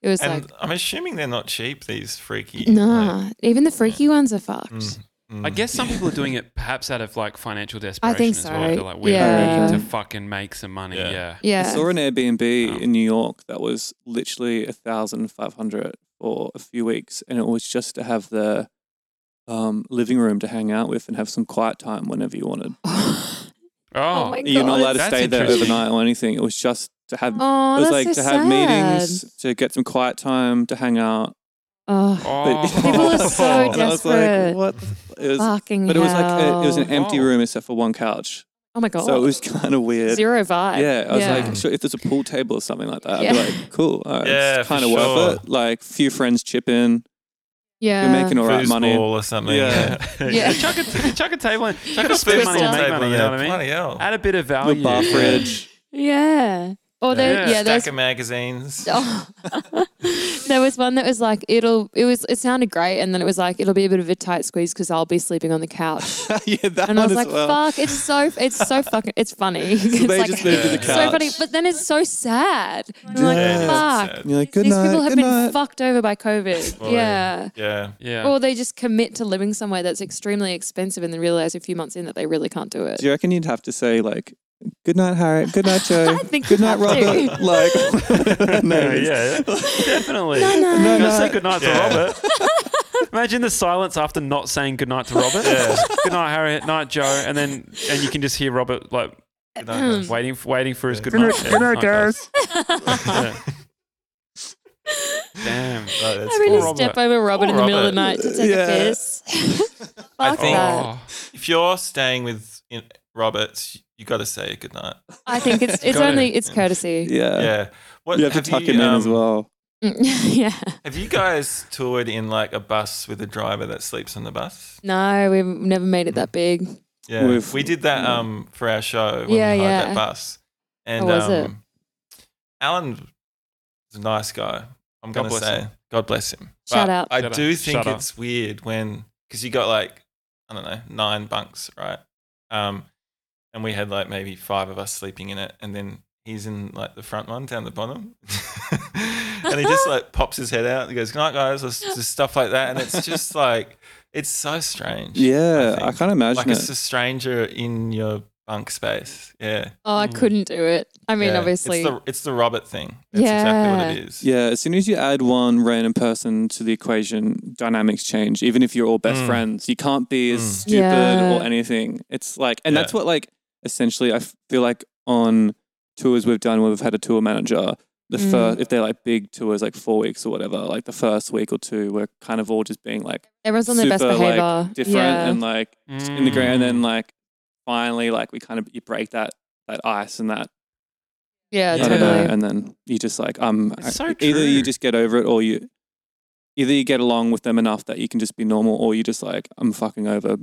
It was and like, I'm assuming they're not cheap. These freaky. nah, even the freaky ones are fucked. like, mm, mm. I guess some people are doing it perhaps out of like financial desperation as well. so. They're like, we Yeah. need to fucking make some money. Yeah. Yeah. Yeah. I saw an e-, Airbnb Um, in New York that was literally a thousand five hundred for a few weeks, and it was just to have the um, living room to hang out with and have some quiet time whenever you wanted. oh, Oh, my You're not God. Oh, allowed to That's stay there interesting. overnight or anything. It was just to have. it was that's like so to sad. have meetings, to get some quiet time, to hang out. Oh, Oh. People are so And I was like, desperate. Oh, what? the f- It was, fucking but it was like a, it was an hell. empty Oh. room except for one couch, oh my god. so it was kind of weird. zero vibe. Yeah, I was Yeah. like, sure, if there's a pool table or something like that, Yeah. I'd be like, cool, all right, Yeah, it's for kind of sure. worth it. Like, few friends chip in, yeah. you're making all right Foosball money. or something. Yeah. Yeah. chuck, a, chuck a table in. Chuck a Just spare money and table, make money. You know what I mean? Bloody hell. Add a bit of The Oh, value. bar Yeah. fridge. yeah. Or there, yeah, Yeah. there's Stack of magazines. Oh. there was one that was like it'll it was it sounded great and then it was like it'll be a bit of a tight squeeze because I'll be sleeping on the couch yeah, that and one I was as like well. fuck it's so it's so fucking it's funny it's they like just moved to the Yeah. couch. so funny but then it's so sad and I'm Yeah, Yeah, like that's fuck sad. And you're like, good these night, people have good been night. fucked over by COVID Well, yeah. Yeah. Yeah. Or they just commit to living somewhere that's extremely expensive and then realize a few months in that they really can't do it. Do you reckon you'd have to say like, good night, Harry, good night, Joe, I think good you night, have to. Robert? like, no, yeah, yeah, definitely. No, no. Gotta No, no. say goodnight to Yeah. Robert. Imagine the silence after not saying goodnight to Robert. Yeah. goodnight, Harriet. Night, Joe. And then and you can just hear Robert like Good night, guys. waiting, waiting for his Yeah. goodnight. Goodnight- goodnight, guys. Yeah. Damn. No, that's I really cool. Robert. step over Robert Poor in the middle of the night Robert. to take a Yeah. piss. I Fuck think- that. Oh, If you're staying with in, Roberts, you got to say good night. I think it's it's Got it. only it's courtesy. yeah. Yeah. What You have, to tuck him in as um, well. Mm, Yeah. Have you guys toured in like a bus with a driver that sleeps on the bus? No, we've never made it that big. Yeah, We've- we did that yeah. um for our show. When Mm. Yeah, we hired yeah. That bus. And was it? um, Alan is a nice guy. I'm God gonna bless say, God bless him. Shout out. I Shout do out. think Shout out. it's weird when because you got like I don't know nine bunks, right? Um, and we had like maybe five of us sleeping in it, and then he's in like the front one down the bottom, and he just like pops his head out and goes, "Good night, guys," or s- just stuff like that, and it's just like it's so strange. Yeah, I, think. can't imagine like it. it's a stranger in your bunk space. Yeah, Oh, I Mm. couldn't do it. I mean, Yeah. obviously. it's the it's the Robert thing. That's exactly what it is. Yeah, as soon as you add one random person to the equation, dynamics change. Even if you're all best Mm. friends, you can't be as Mm. stupid Yeah. or anything. It's like, and that's Yeah. what, like, essentially, I f- feel like on tours we've done where we've had a tour manager, the Mm. first, if they're like big tours, like four weeks or whatever, like the first week or two, we're kind of all just being like Everyone's on their best super, like, behavior. different yeah. and like in the grand, Mm. and Mm. then like finally, like, we kind of, you break that. That ice and that yeah, Yeah. I don't totally. know. And then you just like um It's so either true. you just get over it or you either you get along with them enough that you can just be normal or you just like I'm fucking over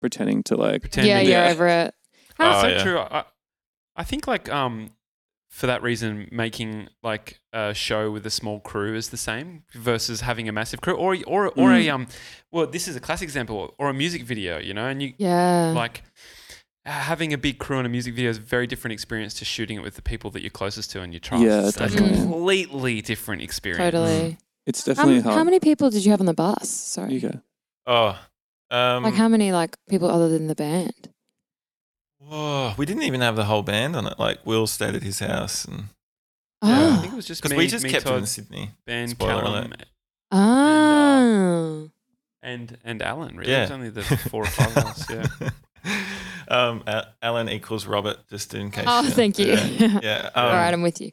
pretending to like pretending yeah, to- you're Yeah. over it. That's Oh, so yeah. true. I, I think like um, for that reason, making like a show with a small crew is the same versus having a massive crew, or or or a Mm. um, well, this is a classic example, or a music video, you know, and you Yeah. like having a big crew on a music video is a very different experience to shooting it with the people that you're closest to and you trust. Yeah, it's a definitely. completely different experience. totally. it's How, definitely hard. how many people did you have on the bus? Sorry. you go. Oh, um, like how many like people other than the band? Whoa, oh, we didn't even have the whole band on it. Like Will stayed at his house, and Yeah, I Oh. think it was just because me, we just me, kept him Todd, in Sydney. Ben, Spoiler Callum, Oh. and and Alan. Really, Yeah. it was only the four or five of us. Yeah. um, A- Alan equals Robert, just in case. Oh, thank you. Yeah, yeah. Um, All right, I'm with you.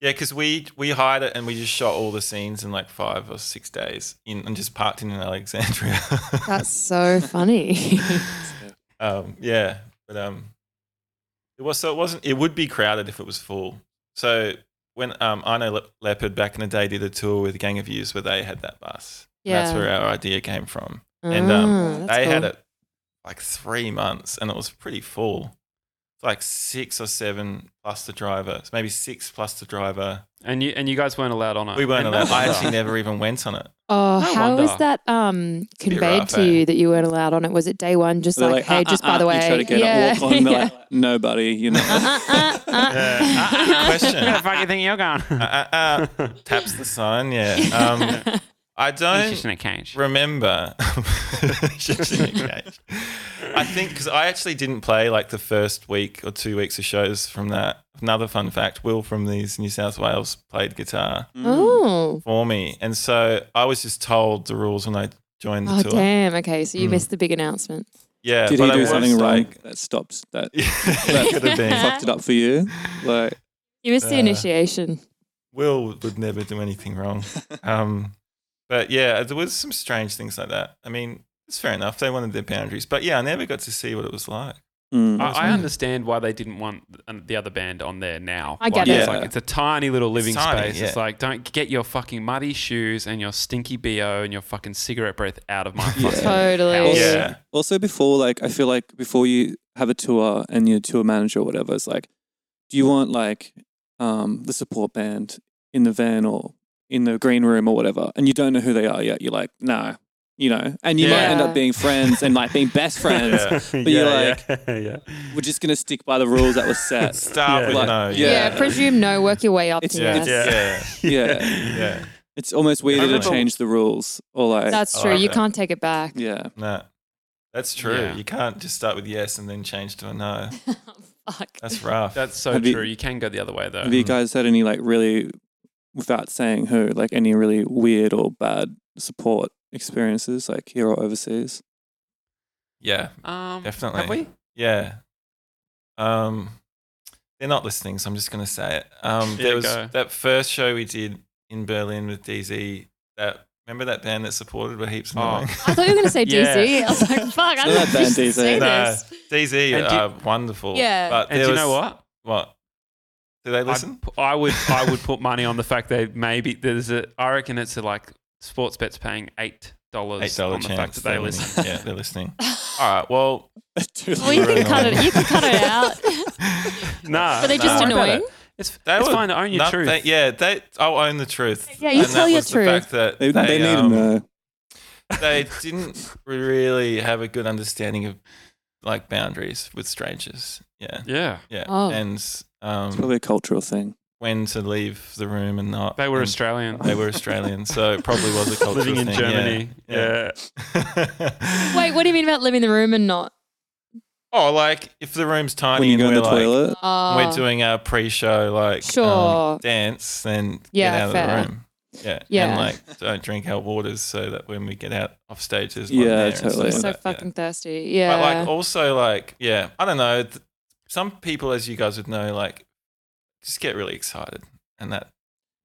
because we we hired it and we just shot all the scenes in like five or six days, in and just parked it in Alexandria. That's so funny. um, yeah, but um, it was so it wasn't. It would be crowded if it was full. So when um, I know Le- Leopard back in the day did a tour with Gang of Youths where they had that bus. And Yeah. that's where our idea came from. And um, Ah, that's they had cool. it like three months and it was pretty full. It's like six or seven plus the driver. It's maybe six plus the driver. And you and you guys weren't allowed on it. We weren't And- allowed. I actually never even went on it. Oh, No how wonder. was that um, conveyed rough, to eh? you that you weren't allowed on it? Was it day one, just They're like, hey, "Uh, just uh, by uh," the way, you try to get yeah, a walk on. They're yeah. like, Uh-huh. nobody, you know. Uh, uh, Yeah. Where the Question. fuck you think you're going? Uh, uh, uh, taps the sign. Yeah. Um, Uh, I He's don't. just in a cage. remember Just in case. i think because i actually didn't play like the first week or two weeks of shows from that another fun fact will from these new south wales played guitar "Mm." oh, for me and so i was just told the rules when i joined the oh, tour damn. Okay, so you Mm. missed the big announcement. yeah Did but he I do was something wrong? like- That stops. That it could have been fucked it up for you. Like, You missed the Uh, initiation. will would never do anything wrong um but yeah there was some strange things like that i mean it's fair enough they wanted their boundaries but yeah i never got to see what it was like mm. I, I understand why they didn't want an- the other band on there now. I Like, get It's it. like it's a tiny little living It's tiny, space. It's yeah. like don't get your fucking muddy shoes and your stinky bo and your fucking cigarette breath out of my Yeah. fucking Totally. house. yeah Also, before like I feel like before you have a tour and your tour manager or whatever, it's like, do you want like um, the support band in the van or in the green room or whatever? And you don't know who they are yet. You're like, no, you know, and you might end Yeah. up being friends and like being best friends. Yeah. But you're like, we're just gonna stick by the rules that were set. Start with Like, no. Yeah. Yeah. Yeah. presume no, work your way up It's- to Yeah. yes. it's- yeah, Yeah. it's almost weird I to remember- change the rules or like, That's Oh, true. You okay. can't take it back. yeah. No. That's true. Yeah. You can't just start with yes and then change to a no. Fuck. That's rough. That's so Have you- true. You, can go the other way though. Have you guys had any like really, without saying who, like any really weird or bad support experiences, like here or overseas? yeah, um, definitely. have we? Yeah. Um, they're not listening, so I'm just gonna say it. Um, Yeah, there was go. that first show we did in Berlin with DZ. That remember that band that supported were Oh. heaps annoying. I thought you were going to say Yeah. DC. I was like, fuck, I Not don't that bad, know. DC. Say Nah. this. DZ And do- are wonderful. Yeah. But And there do you was- know what? What? Do they I'd listen? pu- I would I would put money on the fact that maybe there's a I reckon it's a, like sports bets paying eight dollars $8 on the fact that they they're listen. listening. yeah, they're listening. All right. Well, Well, you can cut it. You can cut it out. Nah, Were they nah. just Sorry about annoying? It's, They it's were fine to own your No, truth. they- yeah, they, I'll own the truth. Yeah, you And tell that your was the fact that They, they need um, to know. they didn't really have a good understanding of like boundaries with strangers. Yeah, yeah. yeah, Oh. and It's um, probably a cultural thing. when to leave the room and not. They were and Australian. They were Australian, so it probably was a cultural living in Um, thing, Germany. yeah. yeah. Wait, what do you mean about leaving the room and not? Oh, like if the room's When tiny you and go in we're the like toilet, Uh, we're doing our pre-show like um, Sure. dance, then Yeah, get out fair. of the room. Yeah, Yeah. and like don't drink our waters so that when we get out off stage, there's Yeah, one there and We're totally. stuff doing like so that, yeah. fucking thirsty. Yeah. But like also like yeah, I don't know. Th- some people, as you guys would know, like just get really excited, and that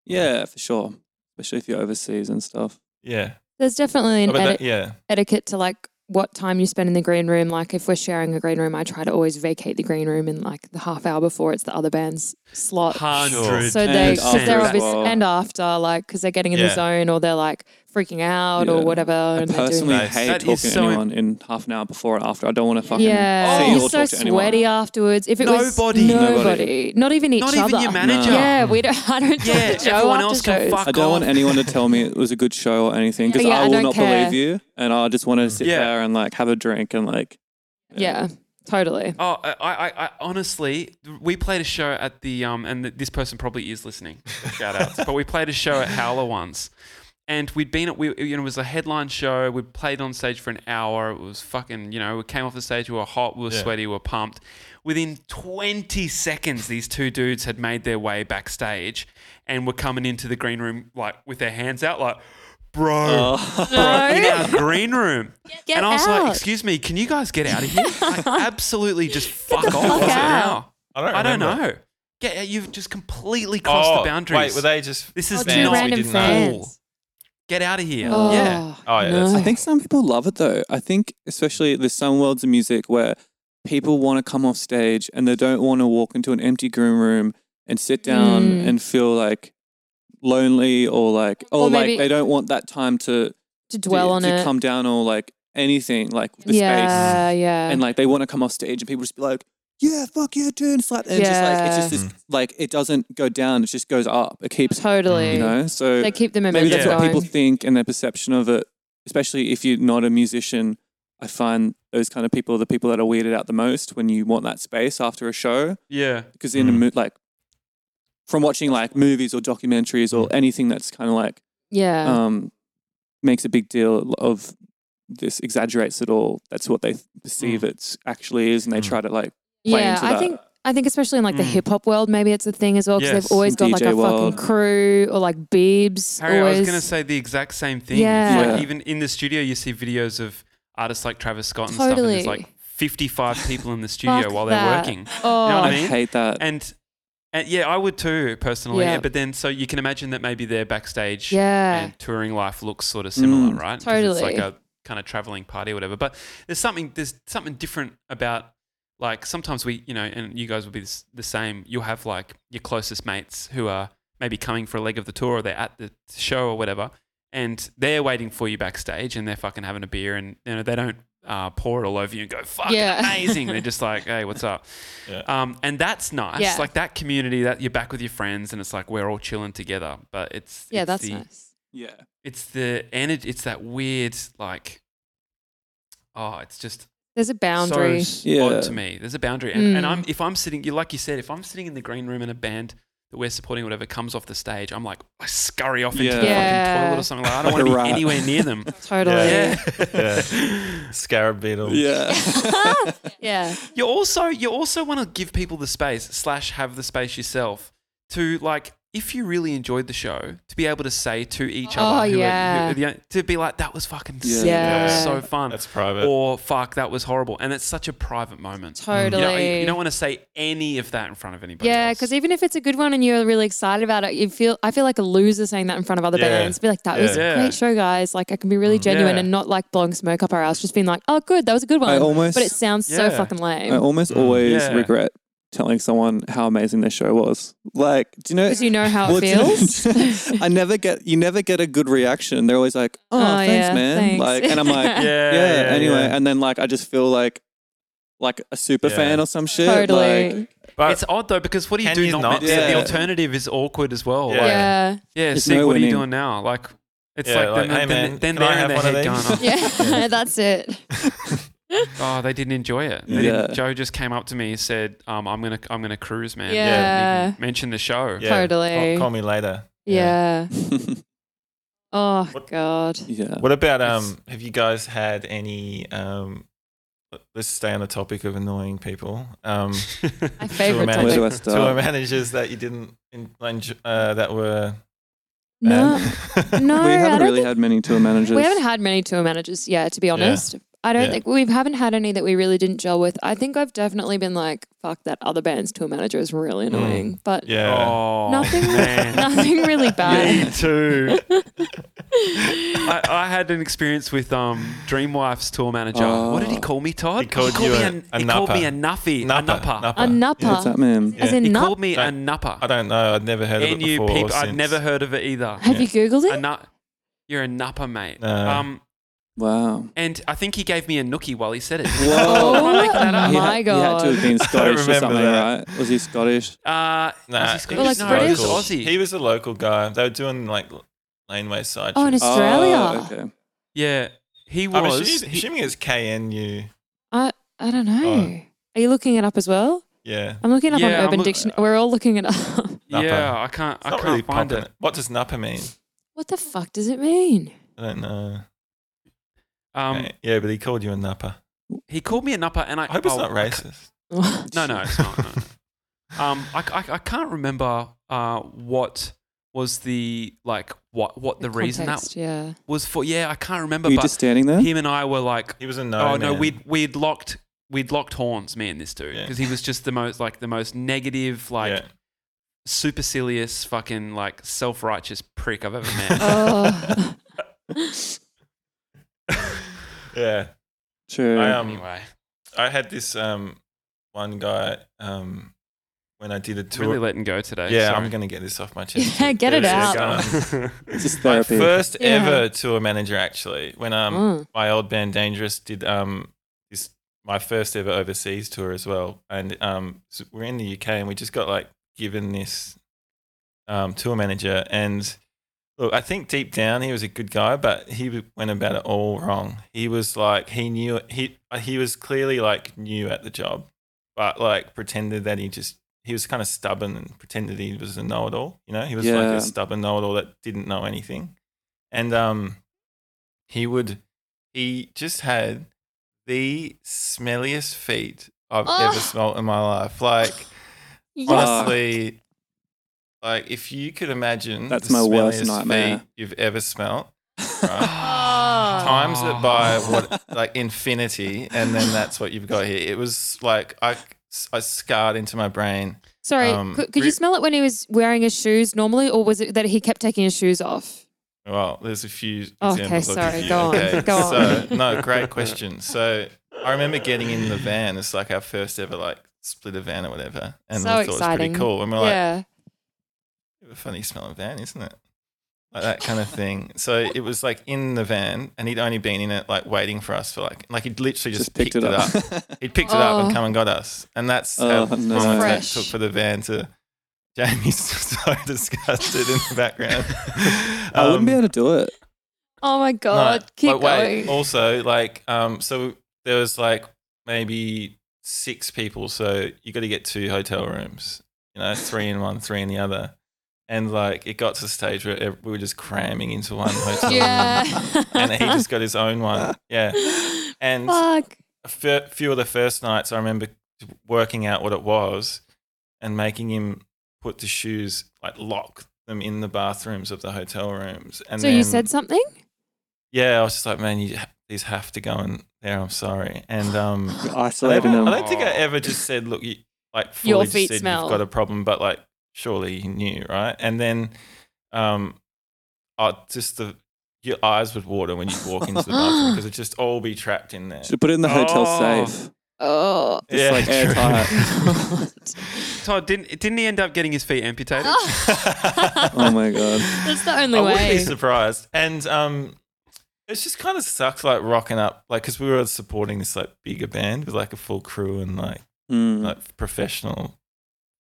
yeah, for sure. Especially if you're overseas and stuff. yeah, There's definitely an but that, eti- yeah, etiquette to like what time you spend in the green room. Like if we're sharing a green room, I try to always vacate the green room in like the half hour before it's the other band's slot. Hundred. So they, And cause they're after as obvious, well. and after, like, because they're getting in Yeah. the zone or they're like freaking out Yeah. or whatever. I And they're personally doing, Nice. hate That is talking to so im- anyone in half an hour before and after. I don't want to fucking yeah, Oh, see you're or so talk to anyone. sweaty afterwards. If it was Nobody. nobody, Nobody. not even each Not other. even your manager. Yeah, we don't. I don't Yeah, talk to Joe everyone after else can shows. fuck I don't want off. anyone to tell me it was a good show or anything because Yeah, I I will don't not care. believe you, and I just want to sit Yeah. there and like have a drink and like Yeah, totally. Oh, I, I, I honestly, we played a show at the um, and th- this person probably is listening. Shout outs. but we played a show at Howler once, and we'd been at we, you know, it was a headline show. We played on stage for an hour. It was fucking, you know, we came off the stage. We were hot. We were Yeah. sweaty. We were pumped. Within 20 seconds, these two dudes had made their way backstage, and were coming into the green room like with their hands out, like, bro, bro, in our green room. Get and I was out. like, excuse me, can you guys get out of here? Like, absolutely just fuck off right fuck out. now. I don't. I don't remember. know. Get, you've just completely crossed Oh, the boundaries. Wait, were they just? This Oh, is Or two bands not we random didn't know. fans. Get out of here. Oh, Yeah. Oh, yeah, that's- no. I think some people love it though. I think especially there's some worlds of music where people want to come off stage and they don't want to walk into an empty green room and sit down Mm. and feel like lonely or like or, Or like maybe- they don't want that time to to dwell to, on to it. come down or like anything like the yeah, space yeah. and like they want to come off stage and people just be like yeah, fuck yeah, dude. It's like, and it's just like, it's just this, like, it doesn't go down, it just goes up. It keeps, Totally. you know? So They keep the momentum maybe that's going. what people think and their perception of it, especially if you're not a musician. I find those kind of people are the people that are weirded out the most when you want that space after a show. Yeah. because in a Mm. mo- like from watching like movies or documentaries or anything that's kind of like yeah. um makes a big deal of this exaggerates it all that's what they th- perceive it's actually is and they Mm. try to like play yeah. into I that think I think especially in like the Mm. hip hop world, maybe it's a thing as well because Yes. they've always got like DJ a world. fucking crew or like Biebs. Harry, always. I was going to say the exact same thing. Yeah. It's Yeah. like even in the studio, you see videos of artists like Travis Scott and stuff, and there's Totally. like 55 people in the studio Fuck while they're that. working. oh, You know what i I mean? hate that And, and yeah, I would too personally. Yeah. But then, so you can imagine that maybe their backstage yeah. and touring life looks sort of similar, Mm. right? 'Cause It's like Totally. a kind of traveling party or whatever. But there's something there's something different about like sometimes we you know and you guys will be s- the same. You'll have like your closest mates who are maybe coming for a leg of the tour or they're at the show or whatever, and they're waiting for you backstage and they're fucking having a beer and you know they don't. Uh, pour it all over you and go, fuck, Yeah. amazing. They're just like, hey, what's up? Yeah. Um, and that's nice. Yeah. Like that community that you're back with your friends and it's like, we're all chilling together. But it's, yeah, it's that's the, nice. yeah it's the energy. It's that weird like. Oh, it's just There's a boundary. so Yeah. odd to me. There's a boundary, and, and Mm. I'm if I'm sitting, you like you said, if I'm sitting in the green room and a band that we're supporting, or whatever comes off the stage, I'm like, I scurry off into the Yeah. fucking Yeah. toilet or something. Like, that. I Like don't a want to rat. be anywhere near them. totally. yeah. Yeah. Scarab beetle. yeah You also you also want to give people the space slash have the space yourself to like if you really enjoyed the show to be able to say to each Oh, other who are- yeah. who are the- to be like that was fucking Yeah. sick that was Yeah. so fun That's private. or fuck, that was horrible. And it's such a private moment. You Totally. don't, you don't want to say any of that in front of anybody. yeah, else. because even if it's a good one and you're really excited about it, you feel I feel like a loser saying that in front of other Yeah. bands. Be like, that was Yeah. a great show, guys. Like I can be really genuine Yeah. and not like blowing smoke up our ass, just being like, oh, good, that was a good one. i almost but it sounds so Yeah. fucking lame. i almost Mm. always Yeah. regret telling someone how amazing their show was like do you know Because you know how Well, it do you know- feels. I never get you never get a good reaction. They're always like, "Oh, Oh, thanks, yeah, man." thanks. Like, and I'm like, yeah, "Yeah." yeah, anyway, yeah. and then like I just feel like like a super Yeah. fan or some shit. totally. Like, but it's odd though because what do you Can do you not? not? mention it? The Yeah. alternative is awkward as well. Yeah. Like, yeah. yeah There's Sig, no what are you winning. doing now? Like, it's like, Yeah, like, then, hey, then, man, then can I they're in have their one of head going, these? oh, Yeah, that's it. oh, they didn't enjoy it. They Yeah. didn't- Joe just came up to me and said, um, I'm gonna, I'm gonna cruise, man. Yeah. Didn't even mention the show. yeah, Totally. Call, call me later. Yeah. Oh What- God. yeah. What about um? Have you guys had any um? Let's stay on the topic of annoying people. Um, My tour, favorite man- Where topic. do I tour start? managers that you didn't en- enj- uh, that were No, banned? no. we I haven't don't really think- had many tour managers. We haven't had many tour managers, yeah, to be honest. I don't Yeah. think we haven't had any that we really didn't gel with. I think I've definitely been like, fuck, that other band's tour manager is Mm. really annoying. But yeah. Oh, nothing man. nothing really bad. Me too. I, I had an experience with um, Dreamwife's tour manager. what did he Oh. call me, Todd? He called you a- a he called me a nupper. nuffy. Napa. A nupper. Napa. A nupper. What's that man? As in He nup. called me a Don't- nupper. I don't know. I'd never heard of it N-U before. peep. or I'd since. never heard of it either. Have you Googled A it? nu- You're a nupper, mate. No. um, Wow. and I think he gave me a nookie while he said it. Whoa. Am I making that up? He Oh my had, He had to have been Scottish or remember something, that. right? Was he Scottish? Uh, Nah, was he he Scottish? Well, like was no, he was local. Aussie. He was a local guy. They were doing like laneway side. Oh, in trips. Australia. Oh, okay. yeah, he I'm was. assuming, he- assuming it's KNU. I I don't know. Are you looking it up as well? Yeah. I'm looking it up Oh. Yeah, I'm on Urban look- Dictionary. We're all looking it up. Nupper. yeah, I can't. It's I not can't really find popping. it. What does nupper mean? What the fuck does it mean? I don't know. Um, Okay. yeah, but he called you a nupper. he called me a nupper, and I, I hope it's oh, not I ca- racist. No, no, it's not. No. um, I, I, I can't remember uh, what was the like what what the, reason Context, yeah. that was for. Yeah, I can't remember. Were you but just standing there? him and I were like, He was a oh no. no, man. we'd we'd locked we'd locked horns, me and this dude, Yeah. because he was just the most like the most negative, like Yeah. supercilious, fucking like self righteous prick I've ever met. Oh. yeah. True. I, um, anyway, I had this um one guy um when I did a tour. really letting go today. yeah, sorry. I'm gonna get this off my chest. yeah, get it Yeah, out. go on. it's just My therapy. first Yeah. ever tour manager actually when um Mm. my old band Dangerous did um this my first ever overseas tour as well. And um, so we're in the UK and we just got like given this um, tour manager. And look, I think deep down he was a good guy, but he w- went about it all wrong. He was like, he knew, he, uh, he was clearly like new at the job, but like pretended that he just, he was kind of stubborn and pretended he was a know it all. You know, he was like Yeah. a stubborn know it all that didn't know anything. And um, he would, he just had the smelliest feet I've Oh. ever smelled in my life. Like Yes. honestly, like if you could imagine That's the my worst smelliest nightmare. feet you've ever smelled. right? Oh. Times it by what like infinity, and then that's what you've got here. It was like I, I scarred into my brain. Sorry, Um, could, could re- you smell it when he was wearing his shoes normally, or was it that he kept taking his shoes off? Well, there's a few. Okay, examples I'll give sorry, you. go on, Okay, go on. So, no, great question. So, I remember getting in the van. It's like our first ever like split a van or whatever, and So we thought it exciting. was pretty cool. And we're like, yeah. a funny smelling van, isn't it? Like that kind of thing. So it was like in the van, and he'd only been in it like waiting for us for like like he'd literally just, picked, it up. he'd picked it up and Oh. come and got us, and that's Oh, how no. long it Fresh. took for the van to. Jamie's so disgusted in the background. I Um, wouldn't be able to do it. Oh my no, god, keep but wait, going. Also, like, um, so there was like maybe six people, so you got to get two hotel rooms, you know, three in one, three in the other, and like it got to the stage where ev- we were just cramming into one hotel room, yeah. and he just got his own one, yeah. And Fuck. a fe- few of the first nights, I remember working out what it was and making him put the shoes like lock them in the bathrooms of the hotel rooms. And So you then- said something? yeah, I was just like, man, you these have to go in there. I'm sorry, and um, I don't, Isolating I them. don't think I ever just said, look, you like fully Your just feet said smell. you've got a problem, but like surely you knew, right? And then, um, I just the your eyes would water when you walk into the bathroom because it just all be trapped in there. Should put it in the hotel Oh. safe. Oh. It's like airtight. Todd didn't didn't he end up getting his feet amputated? oh my god. That's the only I wouldn't be way. surprised. And um, it's just kind of sucks, like rocking up, like because we were supporting this like bigger band with like a full crew and like. Mm. like professional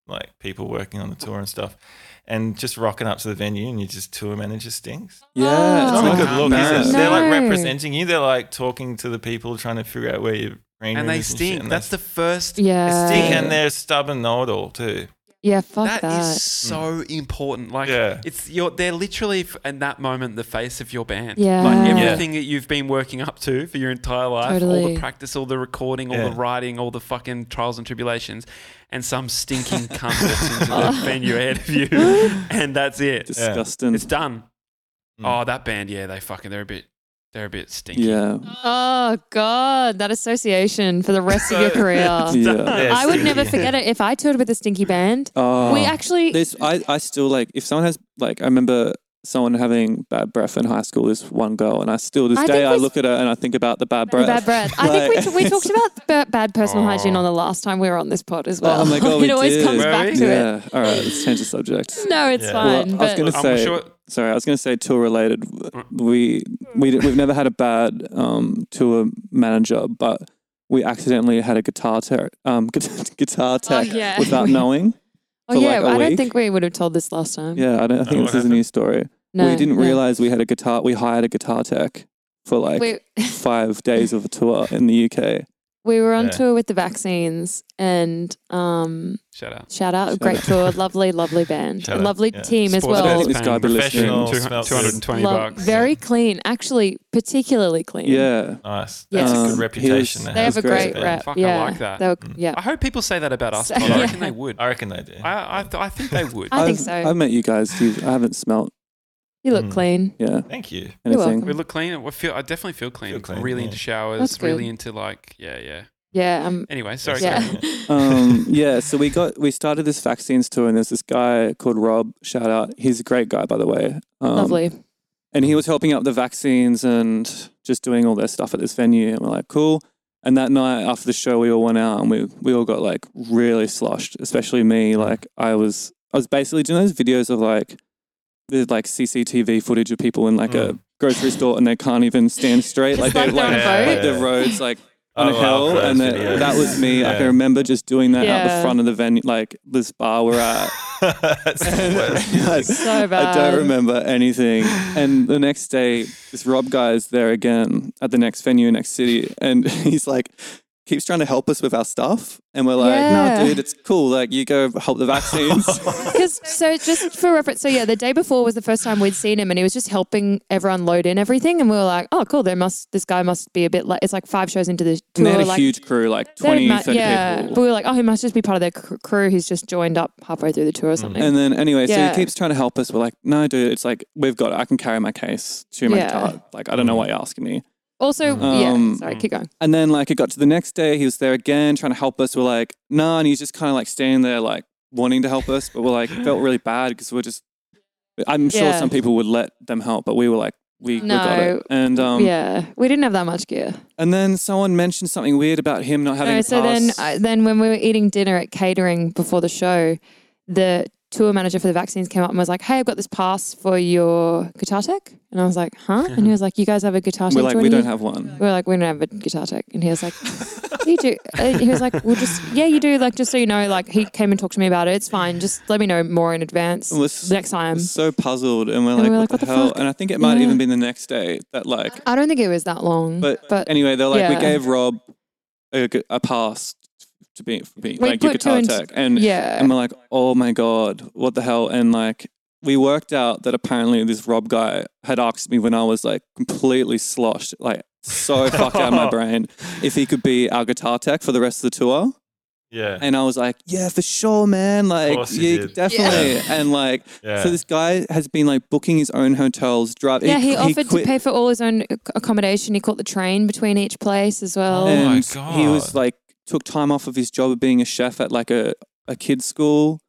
like people working on the tour and stuff and just rocking up to the venue and you just tour manager stinks Yeah, Oh. it's it's not like a good look no. is it they're like No. representing you they're like talking to the people trying to figure out where your green and room they is and shit, stink. and That's the first. they Yeah. stink and they're stubborn know-it-all too yeah, fuck that. that is so important. Like Yeah. it's your they're literally f- in that moment the face of your band. Yeah. Like Yeah. everything that you've been working up to for your entire life, all Totally. the practice, all the recording, all Yeah. the writing, all the fucking trials and tribulations, and some stinking cunt walks into Oh. the venue ahead of you, and that's it. disgusting. It's done. Mm. Oh, that band, yeah, they fucking they're a bit they're a bit stinky. Yeah. oh god, that association for the rest of your career. Yeah. Yeah, I would never stinky. forget it if I toured with a stinky band. Oh. we actually There's, I, I still like if someone has like I remember someone having bad breath in high school. This one girl, and I still this I day think I we- look at her and I think about the bad breath. Bad breath. I Like- think we, we talked about b- bad personal Oh. hygiene on the last time we were on this pod as well. Oh my god, it we always did. comes Were back we? to it. yeah. All right, let's change the subject. No, it's Yeah. Well, fine. I was but going to I'm say, sure- sorry, I was going to say tour related. We, we we've never had a bad um, tour manager, but we accidentally had a guitar ter- um, guitar, guitar Oh, tech yeah. without We- knowing. oh for yeah, like a I don't week. think we would have told this last time. Yeah, I don't. I think what this is a new story. No, we didn't no. realize we had a guitar. We hired a guitar tech for like We, five days of a tour in the UK. we were on Yeah. tour with the vaccines and um, Shout out. shout out, Shout great out. tour, lovely, lovely band, Shout a out, lovely yeah. team as Sport I don't well. think this guy be Professional. listening. Two hun- Two hundred and twenty Lo- bucks. Very clean, actually, particularly clean. Yeah, nice Yes. that's a Um, good reputation here's- to they have a great great band. rep. Fuck, I yeah, like that. They were- Mm. yeah. I hope people say that about us. So- Todd. I reckon Yeah. they would. i reckon they do I, I, th- I think they would. I think I've- so. I've met you guys. You, I haven't smelt. You look Mm. clean. Yeah, thank you You're anything. welcome. We look clean. We feel. I definitely feel clean. Feel clean, really yeah. into showers. That's good. Really into like. Yeah, yeah. Yeah, um, Anyway, sorry. yeah. sorry. um, yeah, so we got we started this vaccines tour, and there's this guy called Rob. Shout out, he's a great guy, by the way. Um, lovely. And he was helping out the vaccines and just doing all their stuff at this venue. And we're like, cool. And that night after the show, we all went out and we we all got like really sloshed, especially me. Like I was I was basically doing those videos of like the like CCTV footage of people in like a grocery store and they can't even stand straight, Mm. Just like like they're they're on like, a boat. Yeah. like the roads like on a Oh, wow, hill, for and those that, videos. that was me. I Yeah. can remember just doing that out Yeah. the front of the venue, like this bar we're at. That's the worst. I, So I bad. don't remember anything. And the next day, this Rob guy is there again at the next venue, next city, and he's like. Keeps trying to help us with our stuff, and we're like, Yeah. "No, dude, it's cool. Like, you go help the vaccines." Because so just for reference, so yeah, the day before was the first time we'd seen him, and he was just helping everyone load in everything, and we were like, oh, cool. There must this guy must be a bit like it's like five shows into the tour, and they had a like huge crew, like they had 20, ma- 30 yeah. people. But we were like, oh, he must just be part of their cr- crew who's just joined up halfway through the tour or something. Mm. And then anyway, so Yeah. he keeps trying to help us. We're like, no, dude, it's like we've got. It. I can carry my case to my Yeah. guitar. Like I don't know why you're asking me. also, Um, yeah, sorry, keep going. And then like it got to the next day, he was there again trying to help us. We're like, no, and he's just kind of like standing there like wanting to help us, but we're like felt really bad because we're just. I'm sure Yeah. some people would let them help, but we were like, we, we got No. it. And um, yeah, we didn't have that much gear. and then someone mentioned something weird about him not having. No, a so then, pass. uh, then when we were eating dinner at catering before the show, the tour manager for the vaccines came up and was like, "Hey, I've got this pass for your guitar tech," and I was like, "Huh?" And he was like, "You guys have a guitar we're tech?" like, joining we don't you?" have one. We were like, "We don't have a guitar tech," and he was like, "You do." Uh, he was like, "Well, just yeah, you do." Like, just so you know, like he came and talked to me about it. It's fine. Just let me know more in advance It was- next time. So puzzled, and we're And like, we're what, like, the, hell? fuck? And I think it might Yeah. even been the next day that like I don't think it was that long, But, but, anyway, they're like, we yeah. gave Rob a, gu- a pass to be, for being We like your put two guitar and- tech. And, yeah. and we're like, oh my God, what the hell? And like, we worked out that apparently this Rob guy had asked me when I was like completely sloshed, like so fucked out of my brain, if he could be our guitar tech for the rest of the tour. Yeah. And I was like, yeah, for sure, man. Like, course he yeah, did. definitely. And like, Yeah. so this guy has been like booking his own hotels, drive. yeah, he, offered to quit- pay for all his own ac- accommodation. He caught the train between each place as well. Oh my and he was God. like took time off of his job of being a chef at like a, a kid's school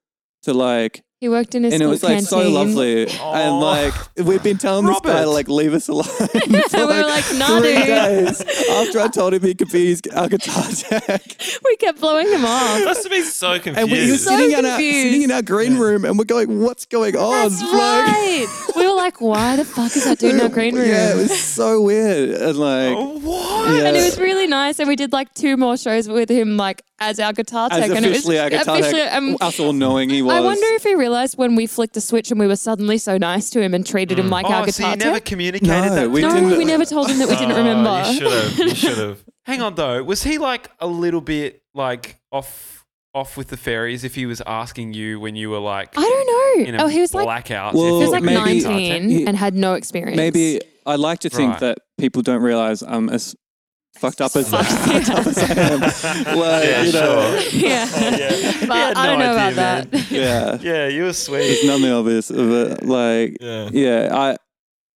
to like He worked in his and it school was like so canteen. lovely and Oh. like we've been telling this guy to Robert. like leave us alone for we were like, "Nah, three dude." days after I told him he could be his, our guitar tech We kept blowing him off. Must have been so confused. and we he was So sitting, in our, sitting in confused. our green room and we're going what's going on That's Like, right. we were like, why the fuck is that dude in our green room? yeah it was so weird and like what? yeah. And it was really nice, and we did like two more shows with him, like as our guitar tech, as and it was officially our guitar officially- tech um, us all knowing he was I wonder if he realized when we flicked the switch and we were suddenly so nice to him and treated him like our Oh, so guitar you never Oh, tech. communicated No, that? we to- no, didn't- we never told him that we didn't remember. Oh, You should have. You should have. Hang on though. Was he like a little bit like off off with the fairies if he was asking you when you were like I don't in know. a Oh, he was like blackout? Well, he was like Maybe- nineteen He- and had no experience. Maybe I like to think Right. that people don't realize I'm as fucked up as, Fucked fucked up as I am. Like, Yeah, you know, sure. yeah. He But had I don't no know idea, about that. yeah, man. Yeah, you were it's sweet. nothing obvious, but like, Yeah. yeah, I,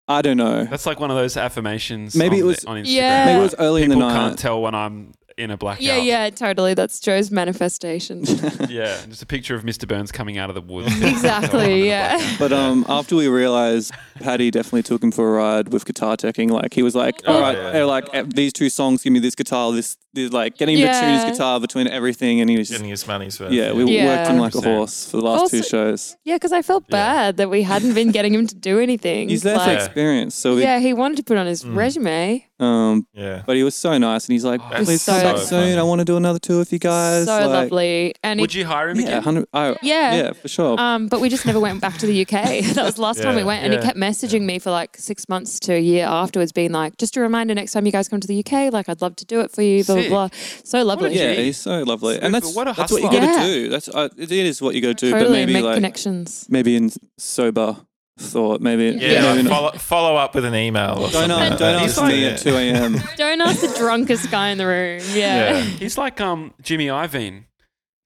I don't know. That's like one of those affirmations. Maybe on it was- the, on Instagram. Yeah. Maybe it was like, early in the people can't night. tell when I'm in a blackout. Yeah, yeah, totally. That's Joe's manifestation. yeah. Just a picture of Mr. Burns coming out of the woods. Tell when I'm in exactly. a Yeah. blackout. But um, after we realized, Paddy definitely took him for a ride with guitar teching. Like he was like, Oh, "All right, yeah. they're like eh, these two songs, give me this guitar, this, this like getting him to tune his Yeah. guitar between everything." And he was just, Getting his money's worth. yeah, we Yeah. worked him like a 100%. horse for the last two Also- shows. Yeah, because I felt bad that we hadn't been getting him to do anything. He's there Like, for experience, so we yeah, he wanted to put on his Mm. resume. Um, Yeah. but he was so nice, and he's like, That's "Please so come back funny. soon. I want to do another tour with you guys." so Like, lovely. And Would he, you hire him Yeah, again? 100, I, yeah. yeah, for sure. Um, but we just never went back to the UK. that was the last time we Yeah, went. And yeah, he kept messaging me for like six months to a year afterwards, being like, just a reminder next time you guys come to the UK, like, I'd love to do it for you, blah, Sick. blah, blah. So lovely. yeah, gee. he's so lovely, Super- and that's what a that's what you hustler. got to Yeah. do. That's uh, it is what you got to do. Totally but maybe make like connections. maybe in sober thought, maybe Yeah. maybe like not. follow, follow up with an email. Or Don't, something ask, like don't that. ask me at two a.m. Don't ask the drunkest guy in the room. Yeah. Yeah. He's like um Jimmy Iovine.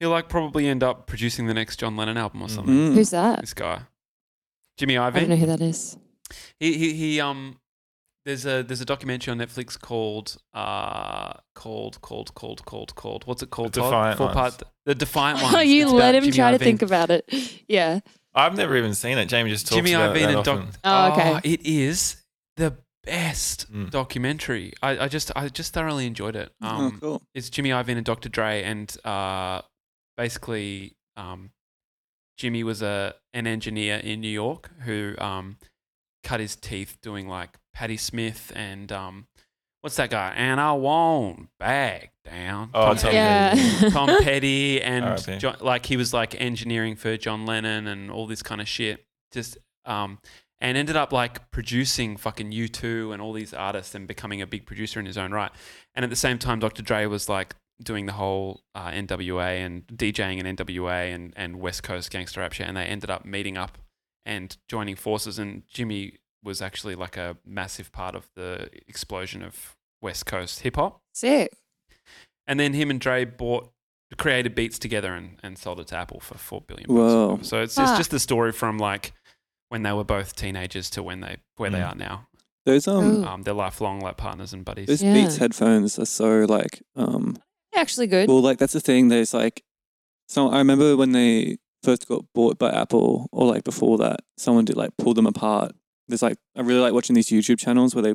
He'll like probably end up producing the next John Lennon album or something. Mm. Who's that? This guy, Jimmy I don't know Iovine. who that is. He, he he um. There's a there's a documentary on Netflix called uh called called called called called what's it called? The Todd? Defiant Four Ones. part the defiant one. Oh, you let him try to think about it. Yeah. I've never even seen it. Jamie just talks Jimmy about Iovine that and often. Doc. Ah, Oh, okay. it is the best Mm. documentary. I, I just I just thoroughly enjoyed it. Mm. Um, oh, cool. it's Jimmy Iovine and Dr. Dre, and uh, basically, um, Jimmy was a an engineer in New York who um, cut his teeth doing like Patti Smith and um, what's that guy? And I won't back down. Oh, Tom, Tom Petty. yeah. Tom Petty and R.I.P. John, like he was like engineering for John Lennon and all this kind of shit. Just um, and ended up like producing fucking U two and all these artists and becoming a big producer in his own right. And at the same time, Dr. Dre was like doing the whole uh, NWA and DJing in NWA and, and West Coast gangster rap shit. And they ended up meeting up and joining forces. And Jimmy was actually like a massive part of the explosion of West Coast hip hop. Sick. And then him and Dre bought created beats together and, and sold it to Apple for four billion bucks. or Whoa. whatever. So it's, it's Fuck. just the story from like when they were both teenagers to when they where they Mm. are now. Those um, Ooh. Um, they're lifelong like partners and buddies. those Oh, Yeah. Beats headphones are so like um, Actually good. Well, like that's the thing. There's like, so I remember when they first got bought by Apple, or like before that, someone did like pull them apart. There's like I really like watching these YouTube channels where they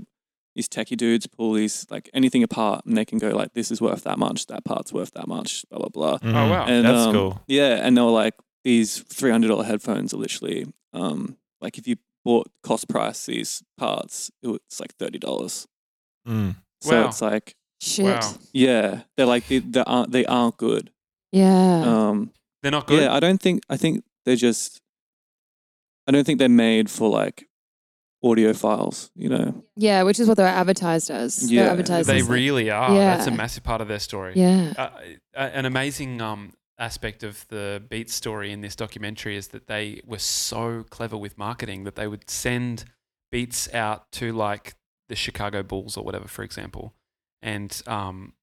these techie dudes pull these like anything apart, and they can go like, this is worth that much, that part's worth that much, blah blah blah. Mm-hmm. Oh, wow. and that's um, cool. Yeah, and they were like these three hundred dollar headphones are literally um like if you bought cost price these parts, it was like thirty dollars. Mm. So Wow. it's like Shit. Wow. yeah, they're like they, they aren't they aren't good. Yeah. Um, They're not good. Yeah, I don't think I think they're just I don't think they're made for like audio files, you know. yeah, which is what they were advertised as. Yeah. They're advertised they as like- really are. That's a Yeah. massive part of their story. Yeah. uh, uh, an amazing um, aspect of the Beats story in this documentary is that they were so clever with marketing that they would send Beats out to like the Chicago Bulls or whatever, for example, and um,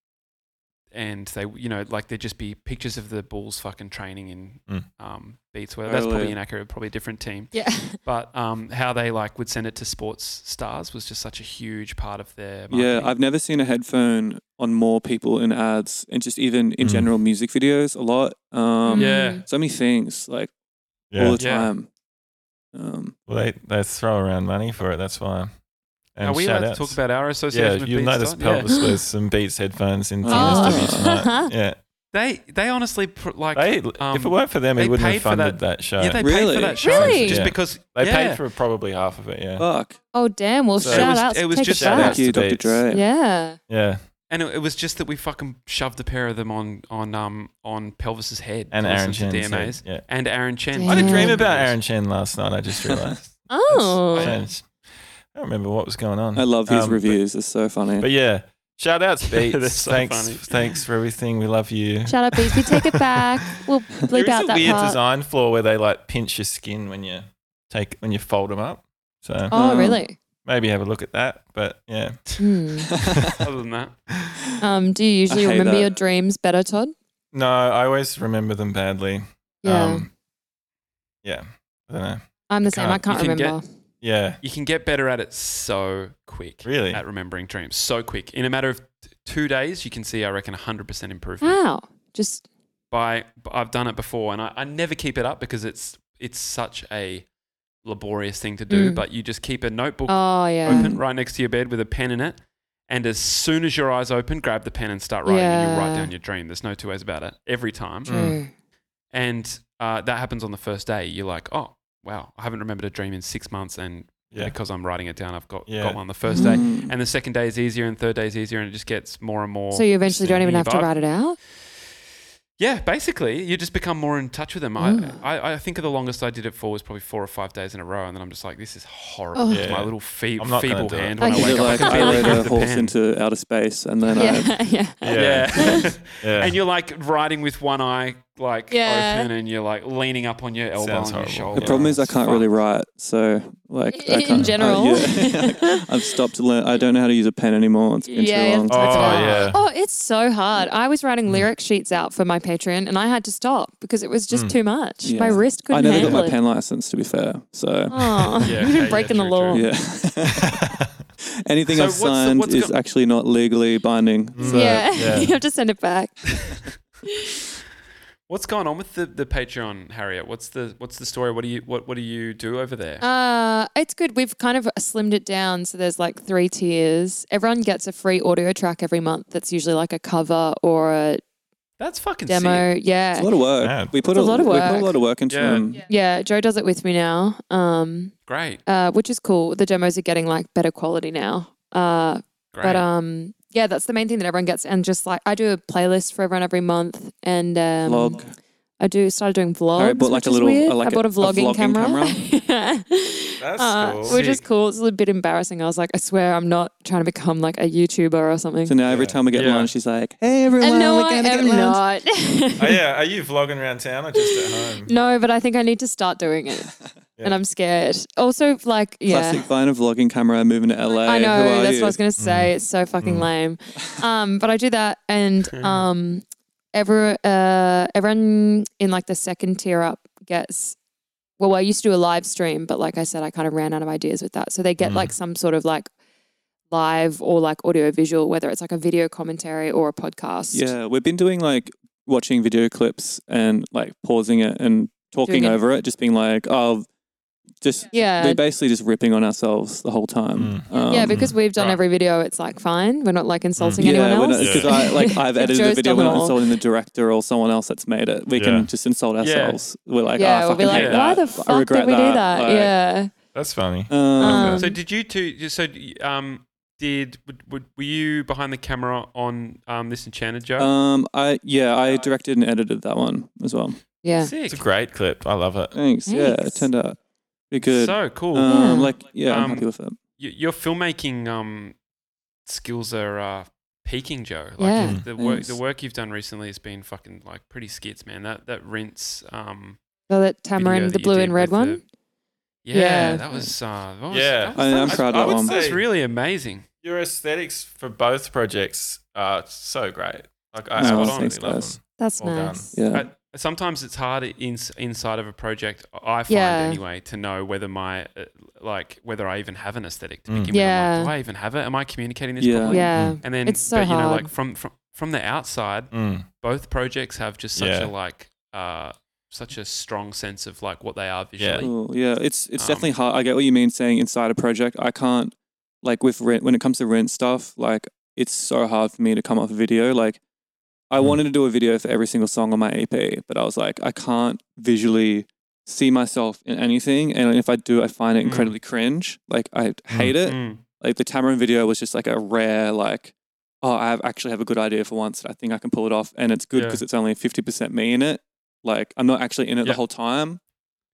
and they you know like there'd just be pictures of the Bulls fucking training in Mm. um, Beats. Well, that's Oh, probably yeah. inaccurate, probably a different team. Yeah. But um, how they like would send it to sports stars was just such a huge part of their Yeah, marketing. I've never seen a headphone on more people in ads and just even in Mm. general music videos a lot. Um Yeah. Mm. so many things like Yeah. all the Yeah. time. Um Well, they, they throw around money for it. That's why. And Are we allowed to shout-outs. talk about our association Yeah, with you'll Beats? notice Dot? Yeah. Pelvis with some Beats headphones in Oh. TSW tonight. Yeah. They they honestly pr- like They, um, if it weren't for them, they he wouldn't paid have for funded that- that, show. yeah they paid for Really? that show Really? just Yeah. because They yeah. paid for probably half of it, yeah. fuck. Oh damn. Well, So it shout was- out. it was Take just it shout back. Thank outs you, to Dr. Beats. Dre. Yeah. yeah. and it, it was just that we fucking shoved the pair of them on on um on Pelvis's head And to Aaron listen Chen. to so, DMAs yeah. and Aaron Chen. Damn. I did dream Yeah. about Aaron Chen last night. I just realized. Oh. I don't remember what was going on. I love his Um, but- reviews, they're so funny. But, yeah, shout outs, They're Beats. so thanks, funny. thanks for everything. We love you. Shout out, please. We take it back. We'll There bleep is out a that weird part. design flaw where they like pinch your skin when you take when you fold them up. So Oh, Um, really? maybe have a look at that. But yeah, Hmm. Other than that, Um, do you usually I hate remember that. your dreams better, Todd? no, I always remember them badly. Um, Yeah. yeah, I don't know. I'm the same. I can't- can't you can get- remember. Yeah, you can get better at it so quick. Really? at remembering dreams, so quick in a matter of t- two days, you can see I reckon hundred percent improvement. Wow. Just by I've done it before and I, I never keep it up because it's it's such a laborious thing to do. Mm. But you just keep a notebook oh yeah. open right next to your bed with a pen in it. And as soon as your eyes open, grab the pen and start writing. And you write Yeah. Mm. down your dream. There's no two ways about it. Every time. True. And uh, that happens on the first day. You're like, oh, wow, I haven't remembered a dream in six months. And yeah. because I'm writing it down, I've got, Yeah. got one the first day. Mm. And the second day is easier, and third day is easier. And it just gets more and more. So you eventually don't even have to Vibe. write it out. Yeah, basically, you just become more in touch with them. Mm. I, I, I think the longest I did it for was probably four or five days in a row, and then I'm just like, this is horrible. Oh. It's my Yeah. little fe- I'm not gonna feeble do it. hand I when I Is Okay. wake it up. like can I barely rode use a the horse pen. into outer space and then I Yeah. Yeah. Yeah. Yeah. and you're like riding with one eye like Yeah. open, and you're like leaning up on your elbow and Sounds your horrible. shoulder. The problem is I It's can't fucked. really write, so like I In can't- I- general. yeah. I've stopped to learn. I don't know how to use a pen anymore. It's been Yeah, you too have long. to type it Oh, out. yeah. Oh, it's so hard. I was writing lyric sheets out for my Patreon, and I had to stop because it was just Mm. too much. Yeah. My wrist I couldn't never got handle my pen license, to be fair. So it. Oh, Yeah, you've okay, been yeah, breaking true, the law. true. yeah, anything So I've what's the- signed what's is go- Mm. actually not legally binding. So Yeah. Yeah. you have to send it back. What's going on with the, the Patreon, Harriet? What's the what's the story? What do you what what do you do over there? Uh, it's good. We've kind of slimmed it down. So there's like three tiers. Everyone gets a free audio track every month. That's usually like a cover or a That's fucking sick. demo. it's Yeah. a lot of work. Mad. We It's put a lot of We put work. a lot of work into um, Yeah. them. Yeah. Joe does it with me now. Um, Great. uh, which is cool. The demos are getting like better quality now. Uh, Great. But um, yeah, that's the main thing that everyone gets. And just like I do a playlist for everyone every month, and um, Vlog. I do started doing vlogs. I bought like which a is little- weird. uh, like I bought a a- a vlogging, vlogging camera, camera. Yeah. That's uh, cool. which is Sick. cool. It's a little bit embarrassing. I was like, I swear, I'm not trying to become like a YouTuber or something. So now every Yeah. time we get Yeah. lunch, she's like, "Hey everyone, and no, we're I gonna get am lunch." not. Oh, yeah. Are you vlogging around town or just at home? no, but I think I need to start doing it, and Yeah. I'm scared. Also, like, yeah. Plastic vine, a vlogging camera, moving to LA. I know Who are that's you? what I was gonna say. It's so fucking Mm. lame. Um, but I do that, and um, every uh, everyone in like the second tier up gets. Well, I used to do a live stream, but like I said, I kind of ran out of ideas with that. So they get Mm. like some sort of like live or like audio visual, whether it's like a video commentary or a podcast. Yeah, we've been doing like watching video clips and like pausing it and talking Doing it. over it, just being like, "Oh, just." yeah, We're basically just ripping on ourselves the whole time. Um, Mm. yeah. Because we've done Right. every video, it's like fine. We're not like insulting anyone else. because I like I've If edited the Joe's video, done we're it not all. insulting the director or someone else that's made it. We Yeah. can just insult ourselves. We're like, yeah, "Ah, we'll be fucking like, hate why that. the I fuck regret did we do that? Like, yeah. That's funny. um, So did you two? So um, did would, would, were you behind the camera on um, this Enchanted Joe? um, I yeah, I directed and edited that one as well. Yeah. Sick. It's a great clip. I love it. Thanks. Yeah, it Thanks. turned out be good. So cool. um, Yeah. like yeah, I'm Um, happy with it. Y- your filmmaking um, skills are uh, peaking, Joe. Like Yeah. the work the Thanks. work you've done recently has been fucking like pretty skits, man. That that rinse. Um, So that video tamarind, that the you blue did and red with one. the- yeah, Yeah. that was. Uh, that was Yeah. that was, I, that am was- proud I of would that one. say- that was really amazing. Your aesthetics for both projects are so great. Like I No, spot thanks, love guys. them. That's Well done. nice. yeah. I, sometimes it's hard in, inside of a project. I find Yeah. anyway to know whether my uh, like whether I even have an aesthetic to Mm. begin with. I'm Yeah. like, do I even have it? Am I communicating this Yeah. properly? Yeah. And then It's so but, you know, hard. like from from from the outside, Mm. both projects have just such Yeah. a like uh such a strong sense of like what they are Yeah. visually. Cool. Yeah, it's it's Um, definitely hard. I get what you mean saying inside a project. I can't like with rent when it comes to rent stuff. Like it's so hard for me to come up with video. Like I Hmm. Mm. wanted to do a video for every single song on my EP, but I was like, I can't visually see myself in anything, and if I do, I find it Mm. incredibly cringe. Like I hate it. Mm. Like the Tamarind video was just like a rare like. Oh, I have- actually have a good idea for once. I think I can pull it off, and it's good Yeah. because it's only fifty percent me in it. Like I'm not actually in it the Yeah. Hmm. whole time.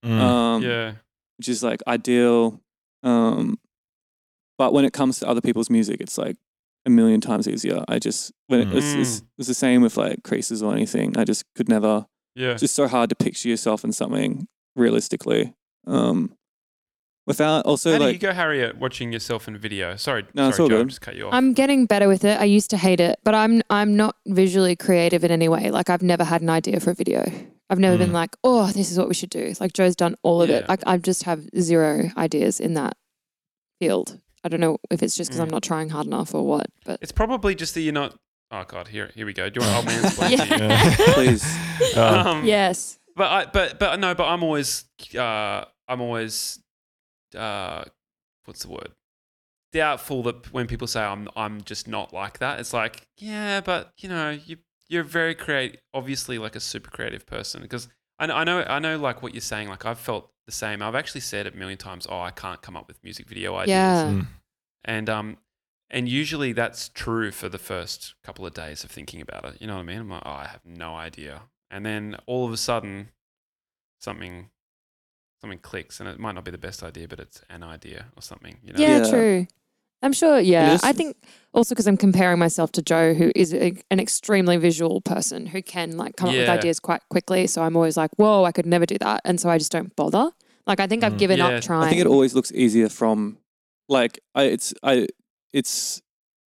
Mm. Um, yeah. which is like ideal. Um, but when it comes to other people's music, it's like a million times easier. I just when it, it's, it's, Mm. it's the same with like creases or anything. I just could never. Yeah. It's just so hard to picture yourself in something realistically. Um, without also How do you like go, Harriet, watching yourself in video? Sorry, No, sorry, it's all Joe, good. just cut you off. I'm getting better with it. I used to hate it, but I'm I'm not visually creative in any way. Like I've never had an idea for a video. I've never been Mm. like, oh, this is what we should do. Like Joe's done all of it. Yeah. Like I just have zero ideas in that field. I don't know if it's just because I'm Mm. not trying hard enough or what, but it's probably just that you're not. Oh God, here here we go. Do you want old man's Yeah. Uh, please. Um, Um, yes, But I but but no, but I'm always uh I'm always uh what's the word? Doubtful that when people say I'm I'm just not like that, it's like, yeah, but you know, you you're very creative obviously like a super creative person because I know, I know I know like what you're saying, like I've felt the same. I've actually said it a million times, oh, I can't come up with music video ideas. yeah, Mm. And um and usually that's true for the first couple of days of thinking about it. You know what I mean? I'm like, oh, I have no idea. And then all of a sudden something something clicks and it might not be the best idea, but it's an idea or something, you know? yeah, Yeah. true. I'm sure. Yeah, is- I think also because I'm comparing myself to Joe, who is a, an extremely visual person who can like come up with Yeah. ideas quite quickly. So I'm always like, whoa, I could never do that, and so I just don't bother. Like I think I've Mm. given Yeah. I up trying. I think it always looks easier from like I it's I it's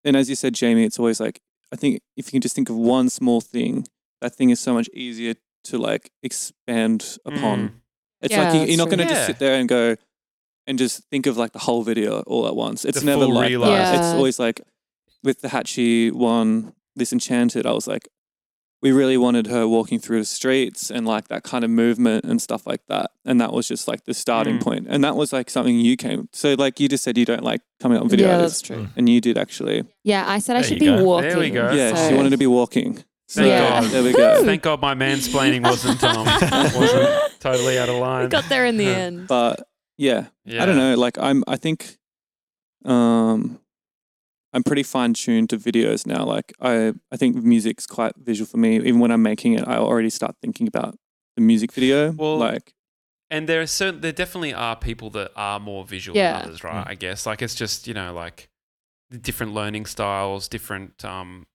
and as you said, Jamie, it's always like I think if you can just think of one small thing, that thing is so much easier to like expand upon. Mm. It's Yeah, like you, that's you're not true. going to Yeah. just sit there and go and just think of like the whole video all at once. It's The never full like realised. that. It's Yeah. always like with the Hachi one, this Enchanted. I was like, we really wanted her walking through the streets and like that kind of movement and stuff like that. And that was just like the starting Mm. point. And that was like something you came. So like you just said you don't like coming up with videos, Yeah, that's true. Mm. and you did actually. Yeah, I said I There should be you go. walking. There we go. Yeah, so- she wanted to be walking. So Thank Yeah. God. there we go. Thank God my mansplaining wasn't um, wasn't totally out of We line. got there in the end. But yeah, Yeah. I don't know. Like I'm, I think, um, I'm pretty fine tuned to videos now. Like I, I think music's quite visual for me. Even when I'm making it, I already start thinking about the music video. Well, like And there are certain, there definitely are people that are more visual Yeah. than others, right? I guess like it's just you know like the different learning styles, different um,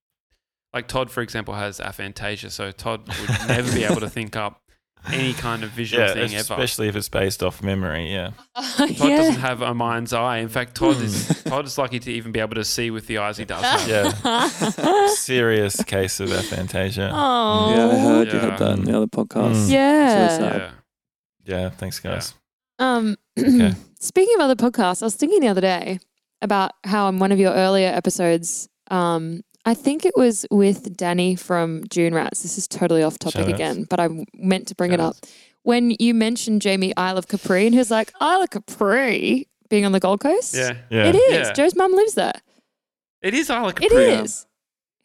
like Todd for example has aphantasia, so Todd would never be able to think up any kind of visual Yeah, thing ever. especially if it's based off memory. Yeah. Todd doesn't yeah. have a mind's eye. In fact, Todd is Todd is lucky to even be able to see with the eyes he does. Ah. have. Hmm. Yeah. Serious case of aphantasia. Oh. yeah, I heard you Yeah. had that in the other podcast. Mm. It's really Yeah. sad. yeah. Yeah. Thanks, guys. Um, Okay. Speaking of other podcasts, I was thinking the other day about how in one of your earlier episodes, um, I think it was with Danny from June Rats. This is totally off topic Shoutouts. again, but I meant to bring it up. When you mentioned Jamie Isle of Capri, and he was like, Isle of Capri being on the Gold Coast? Yeah. Yeah. It is. Yeah. Joe's mum lives there. It is Isla It is. Capri.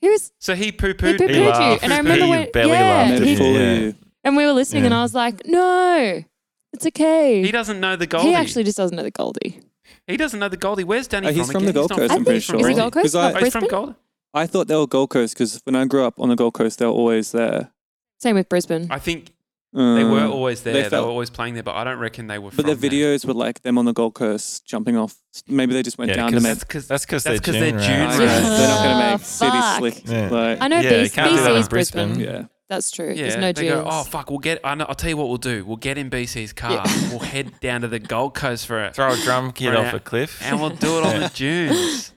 He was So he poo he pooed. poo-pooed He you. laughed. And I remember He when barely yeah, laughed, Made didn't he- he? fool of Yeah. you. and we were listening and I was like, No, it's okay. He doesn't know the Goldie. He actually just doesn't know the Goldie. He doesn't know the Goldie. Where's Danny Uh, from? he's from the again? Gold not Coast. I I'm from- pretty think sure. is it Gold Coast? Because Not I- Oh, he's from Brisbane? Gold. I thought they were Gold Coast because when I grew up on the Gold Coast, they were always there. Same with Brisbane. I think they were always there. They, Um, felt- were always playing there, but I don't reckon they were. But their from there. videos were like them on the Gold Coast jumping off. Maybe they just went Yeah, down to 'cause make. That's because That's because That's they're 'cause June. they're rats. June rats. they're not going to Ah, make City fuck. Slick. Yeah. Like, I know Yeah, you BC, can't do that BC in is Brisbane. Brisbane. yeah. That's true. yeah, There's no they dunes. go, oh fuck, we'll get. I know, I'll tell you what we'll do. We'll get in BC's car. We'll head down to the Gold Coast for it, Throw a drum kid Right. off a cliff. and we'll do it on the dunes.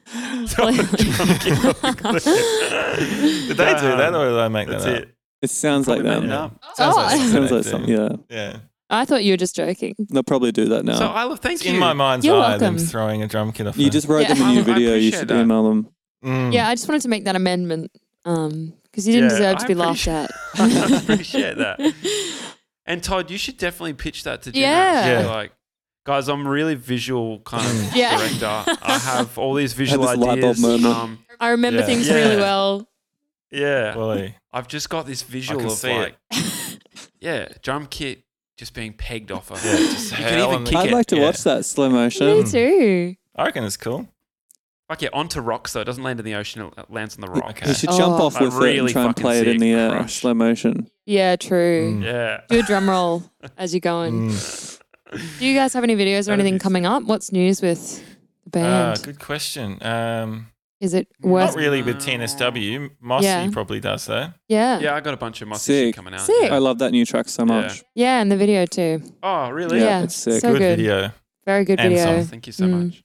Did they do that or did I make that up? It sounds like Probably them. made it up. Sounds like Oh. something Sounds they like do. something. Yeah. Yeah. I thought you were just joking. They'll probably do that now. So I love. Thank It's you. in my mind's You're eye, them welcome. throwing a drum kid off. you a- just wrote Yeah. them a I new video. You appreciate should that. email them. Mm. Yeah, I just wanted to make that amendment because you didn't Yeah, deserve I to be laughed appreciate- at. I appreciate that. And Todd, you should definitely pitch that to Jim. Rats. Yeah. Yeah. Like, guys, I'm really visual kind of Yeah. director. I have all these visual this light bulb ideas. moment. Um, I remember Yeah. things Yeah. really well. yeah. Fully. I've just got this visual can of see it. like, yeah, drum kit just being pegged off of. Yeah, just you hell can even on the- kick I'd it. like to yeah. watch that slow Me motion. too. I reckon it's cool. Fuck yeah, onto rocks though. It doesn't land in the ocean. It lands on the rock. Okay. You should jump Oh. off I'd with it and really try and fucking play it see in it the air, crush. slow motion. Yeah, Hmm. true. Mm. Yeah. Do a drum roll as you're going. Mm. Do you guys have any videos or That'd anything be coming up? What's news with the Ah, band? good question. Um, Is it not Oh, worth? really with TNSW. Mossy Yeah. probably does that. Yeah. yeah, Yeah, I got a bunch of musty shit Sick. coming out. Sick. I Yeah. love that new track so Yeah. much. and the video too. Oh, really? Oh, Yeah, yeah, it's sick. so good, video. very good And video. songs. Thank you so Mm. much.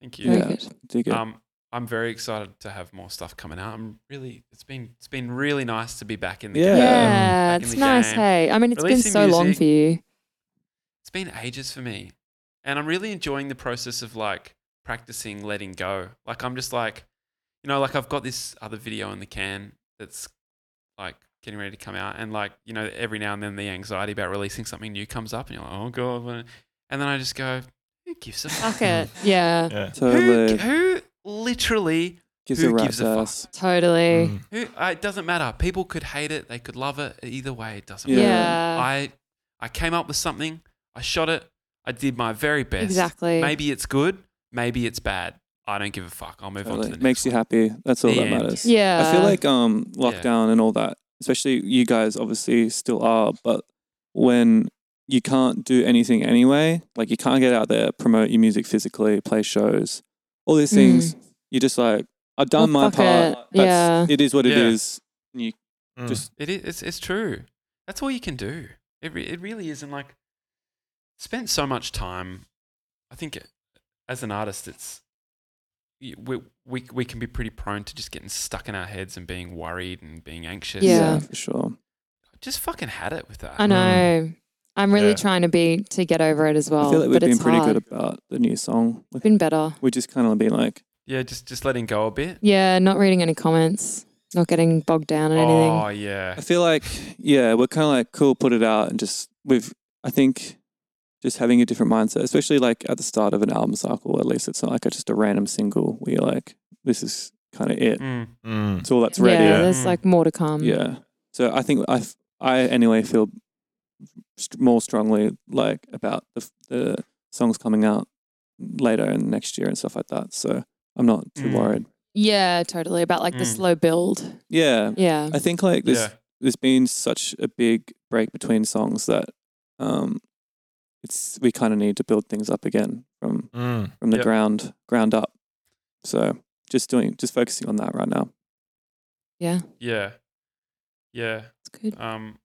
Thank you. Very Yeah. good. Dig it. Um, I'm very excited to have more stuff coming out. I'm really, it's been, it's been really nice to be back in the Yeah. Yeah, game. Yeah. Back in it's the nice. game. Hey, I mean, it's been Releasing so long music. for you. It's been ages for me, and I'm really enjoying the process of like practicing letting go. Like I'm just like, you know, like I've got this other video in the can that's like getting ready to come out, and like you know, every now and then the anxiety about releasing something new comes up, and you're like, oh god, what- and then I just go, who gives a fuck? Fuck it. Yeah, Yeah. Oh, Who, totally. who literally gives who a rat's gives a fuck? ass. totally. Mm. Who, uh, it doesn't matter. People could hate it. They could love it. Either way, it doesn't Yeah. matter. Yeah. I, I came up with something. I shot it. I did my very best. Exactly. Maybe it's good. Maybe it's bad. I don't give a fuck. I'll move on to Totally. the next Makes you one. happy. That's all The that end. matters. Yeah. I feel like um Yeah. lockdown and all that, especially you guys obviously still are, but when you can't do anything anyway, like you can't get out there, promote your music physically, play shows, all these things, you're just like, I've done Mm. Well, my fuck part. it. That's- It is what it Yeah. is. Mm. Just It is. It's, it's true. That's all you can do. It re- it really is. And like, spend so much time. I think it- as an artist, it's y- we we we can be pretty prone to just getting stuck in our heads and being worried and being anxious. Yeah. for sure. Just fucking had it with that. I know. I'm really Yeah. trying to be to get over it as well. um, I feel like we've but been it's pretty hard. good about the new song. Like, Been better. we just kind of been like, Yeah, just just letting go a bit. Yeah, not reading any comments, not getting bogged down in anything. Oh yeah. I feel like, yeah, we're kind of like, cool, put it out and just, we've, I think, just having a different mindset, especially like at the start of an album cycle, at least it's not like a, just a random single where you're like, this is kind of it. Mm. Mm. It's all that's yeah, ready. Yeah. there's like more to come. So I think I, f- I anyway feel st- more strongly like about the, f- the songs coming out later and next year and stuff like that. So I'm not too Mm. worried. Yeah, totally. About like the Mm. slow build. Yeah. Yeah. I think like this Yeah. there's been such a big break between songs that um it's we kind of need to build things up again from Mm. from the Yep. ground ground up. So just doing just focusing on that right now. Yeah. Yeah. Yeah. It's good. Um.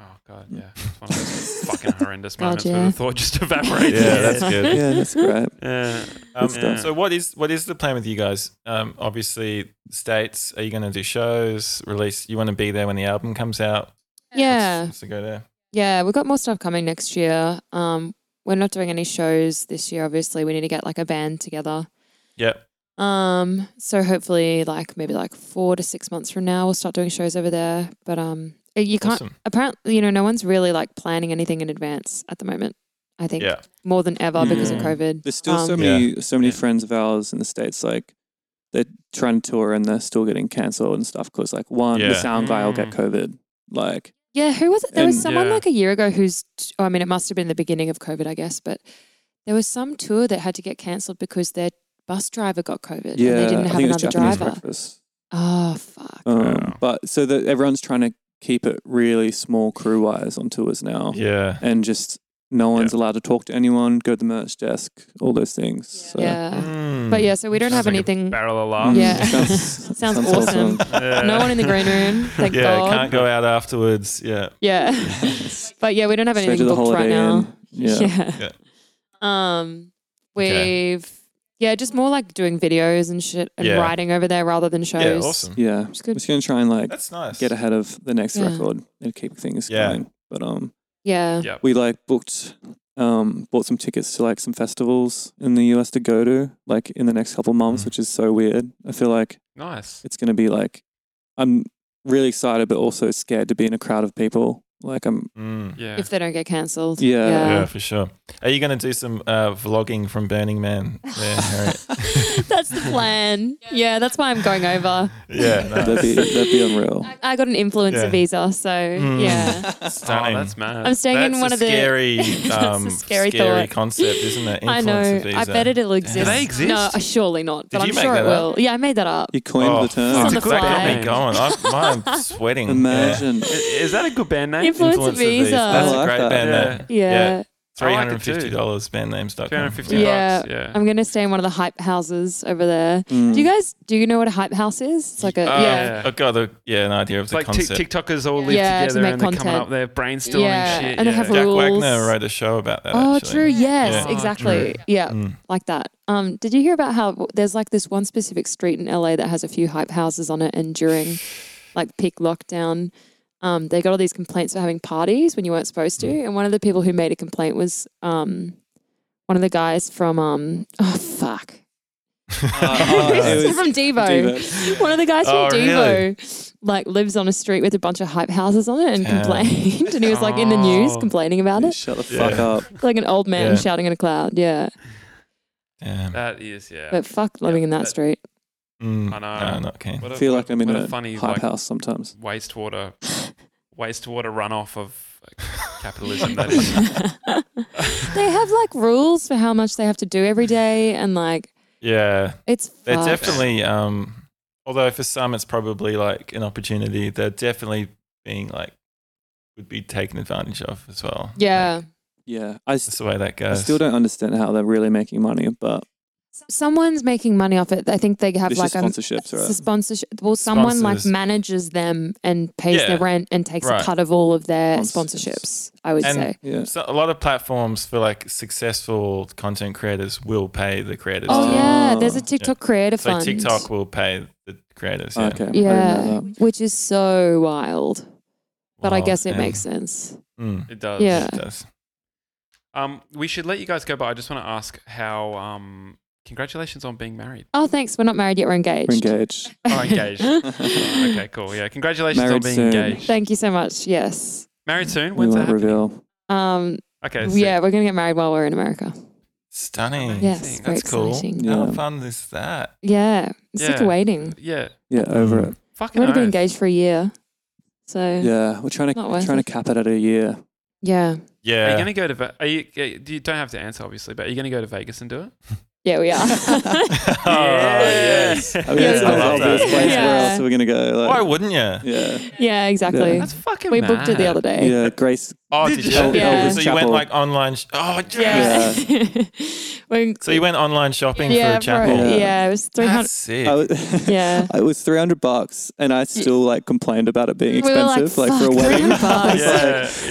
Oh god, yeah. It's one of those fucking horrendous God, moments where Mm. yeah. the thought just evaporates. Yeah, that's good. Yeah, that's great. Yeah. Um, Good stuff. So what is what is the plan with you guys? Um, obviously, states. Are you going to do shows? Release? You want to be there when the album comes out? Yeah. So go there. Yeah, we've got more stuff coming next year. Um, we're not doing any shows this year, obviously. We need to get like a band together. Yep. Um, so hopefully like maybe like four to six months from now we'll start doing shows over there. But um you can't Awesome. apparently you know, no one's really like planning anything in advance at the moment, I think. Yeah. More than ever because of Mm. COVID. There's still so Um, many so many Yeah. friends of ours in the states like they're trying to tour and they're still getting cancelled and stuff because like one the Yeah. sound guy will get Mm. COVID like Yeah, who was it? There was And- someone Yeah. like a year ago who's. t- Oh, I mean, it must have been the beginning of COVID, I guess, but there was some tour that had to get cancelled because their bus driver got COVID yeah and they didn't I have think it was another Japanese driver. breakfast. Oh fuck! Um, Wow. But so that everyone's trying to keep it really small crew wise on tours now, Yeah. and just no one's allowed to talk to anyone, go to the merch desk, all those things. So. yeah, Mm. but yeah, so we don't Sounds have like a anything. Barrel of laughs. Mm, Yeah. sounds, Sounds awesome. Yeah. No one in the green room. Thank yeah. God. Can't go out afterwards. Yeah. Yeah, but yeah, we don't have Straight to anything the booked right Holiday now. Inn. Yeah. Yeah. Um, we've Okay. yeah, just more like doing videos and shit and Yeah. writing over there rather than shows. Yeah. Awesome. yeah. It's I'm good. just gonna try and like That's nice. get ahead of the next Yeah. record and keep things Yeah. going. But um, Yeah. Yeah. we like booked, um, bought some tickets to like some festivals in the US to go to like in the next couple months, Mm. which is so weird. I feel like Nice. it's going to be like I'm really excited but also scared to be in a crowd of people. Like I'm Mm. Yeah. If they don't get cancelled. Yeah. Yeah, for sure. Are you going to do some uh, vlogging from Burning Man? Yeah, Harriet? that's the plan. Yeah, that's why I'm going over. yeah, that'd nice. be that'd be unreal. I, I got an influencer Yeah. visa, so Mm. yeah. stunning. Oh, that's mad. I'm staying That's in one a of the scary, That's a um, scary scary, thought. concept, isn't it? I know. Influencer I visa. bet it, will Do exist. they exist? No, uh, surely not. But Did I'm you make sure it that will. up? Yeah, I made that up. You coined Oh, the term. fuck, It's on the that got fly. me going. I'm, I'm sweating. Imagine. I- Is that a good band name? Influ- Influencer Influencer visa. visa. That's I a like great that. band yeah. name. Yeah. I like it too. $350 bandnames.com. 250 Yeah. bucks. Yeah. I'm gonna stay in one of the hype houses over there. Mm. Do you guys do you know what a hype house is? It's like a Uh, yeah. I got a, yeah, an idea of It's Oh, the like concept. Tik TikTokers all live Yeah, to together make and they're coming content. up, they're brainstorming Yeah, shit. and they yeah. have Jack rules. Wagner wrote a show about that. Oh, actually. true. Yes, Yeah. Oh, exactly. true. Yeah, Mm. like that. Um, did you hear about how w- there's like this one specific street in LA that has a few hype houses on it, and during like peak lockdown, um, they got all these complaints for having parties when you weren't supposed to. And one of the people who made a complaint was um, one of the guys from um, oh fuck, Uh, Uh, it was from Devo. Devo. One of the guys from Oh, Devo like lives on a street with a bunch of hype houses on it and Damn. complained, and he was like in the news Oh. complaining about it, Shut the Yeah. fuck up. like an old man Yeah. shouting in a cloud. Yeah, Damn. That is, yeah. but fuck living in that, that- street. Mm. I know. No, not keen. What I a- feel what- like I'm in what a funny hype like, house sometimes. wastewater wastewater runoff of like, capitalism. that is. they have like rules for how much they have to do every day, and like Yeah. it's They're fucked. definitely, um, although for some it's probably like an opportunity, they're definitely being like, would be taken advantage of as well. yeah. Yeah. I, s- That's the way that I goes. still don't understand how they're really making money, but Someone's making money off it. I think they have it's like a just sponsorships, It's right? a sponsorship. Well, someone like Sponsors. manages them and pays Yeah. their rent and takes Right. a cut of all of their Sponsors. sponsorships. I would And- say. yeah. So a lot of platforms for like successful content creators will pay the creators. Oh too. yeah, there's a Oh. TikTok creator So fund. TikTok will pay the creators. Yeah. Okay. I didn't Yeah, know that. which is so wild, but I Wild, guess it Oh, yeah. makes sense. Mm, It does. Yeah. it does. Um, we should let you guys go, but I just want to ask how. Um, congratulations on being married. Oh, thanks. We're not married yet. We're engaged. We're engaged. Oh, engaged. okay, cool. Yeah, congratulations on Married being soon. engaged. Thank you so much. Yes. married soon. we When's that won't happening? reveal. Um. Okay. sick. Yeah, we're gonna get married while we're in America. Stunning. Yes, very That's cool. exciting. Yeah. How fun is that? Yeah, it's sick Yeah. of waiting. Yeah. Yeah, over it. I've Fucking. already been oath. engaged for a year, so yeah. Yeah, we're trying to Not worth trying it. to cap it at a year. Yeah. Are you gonna go to? Ve- Are you? uh, You don't have to answer, obviously, but are you gonna go to Vegas and do it? Yeah, we are. Oh, yes. I mean, it's Yeah, I not the love obvious that. place where Yeah. else we're gonna go. Why Like, wouldn't you? yeah, yeah, exactly. Yeah. That's fucking We booked it the other day. yeah, Grace. Oh, Did did, you? you? Yeah. So you went Chapel. like online. Sh- oh, yeah. Yeah. When- So you went online shopping for yeah, a chapel. bro, Yeah. yeah, it was 300. That's sick. I was, Yeah. it was three hundred bucks, and I still like complained about it being We were like, expensive, like, for a "Fuck, wedding. 300 I bucks." was Yeah,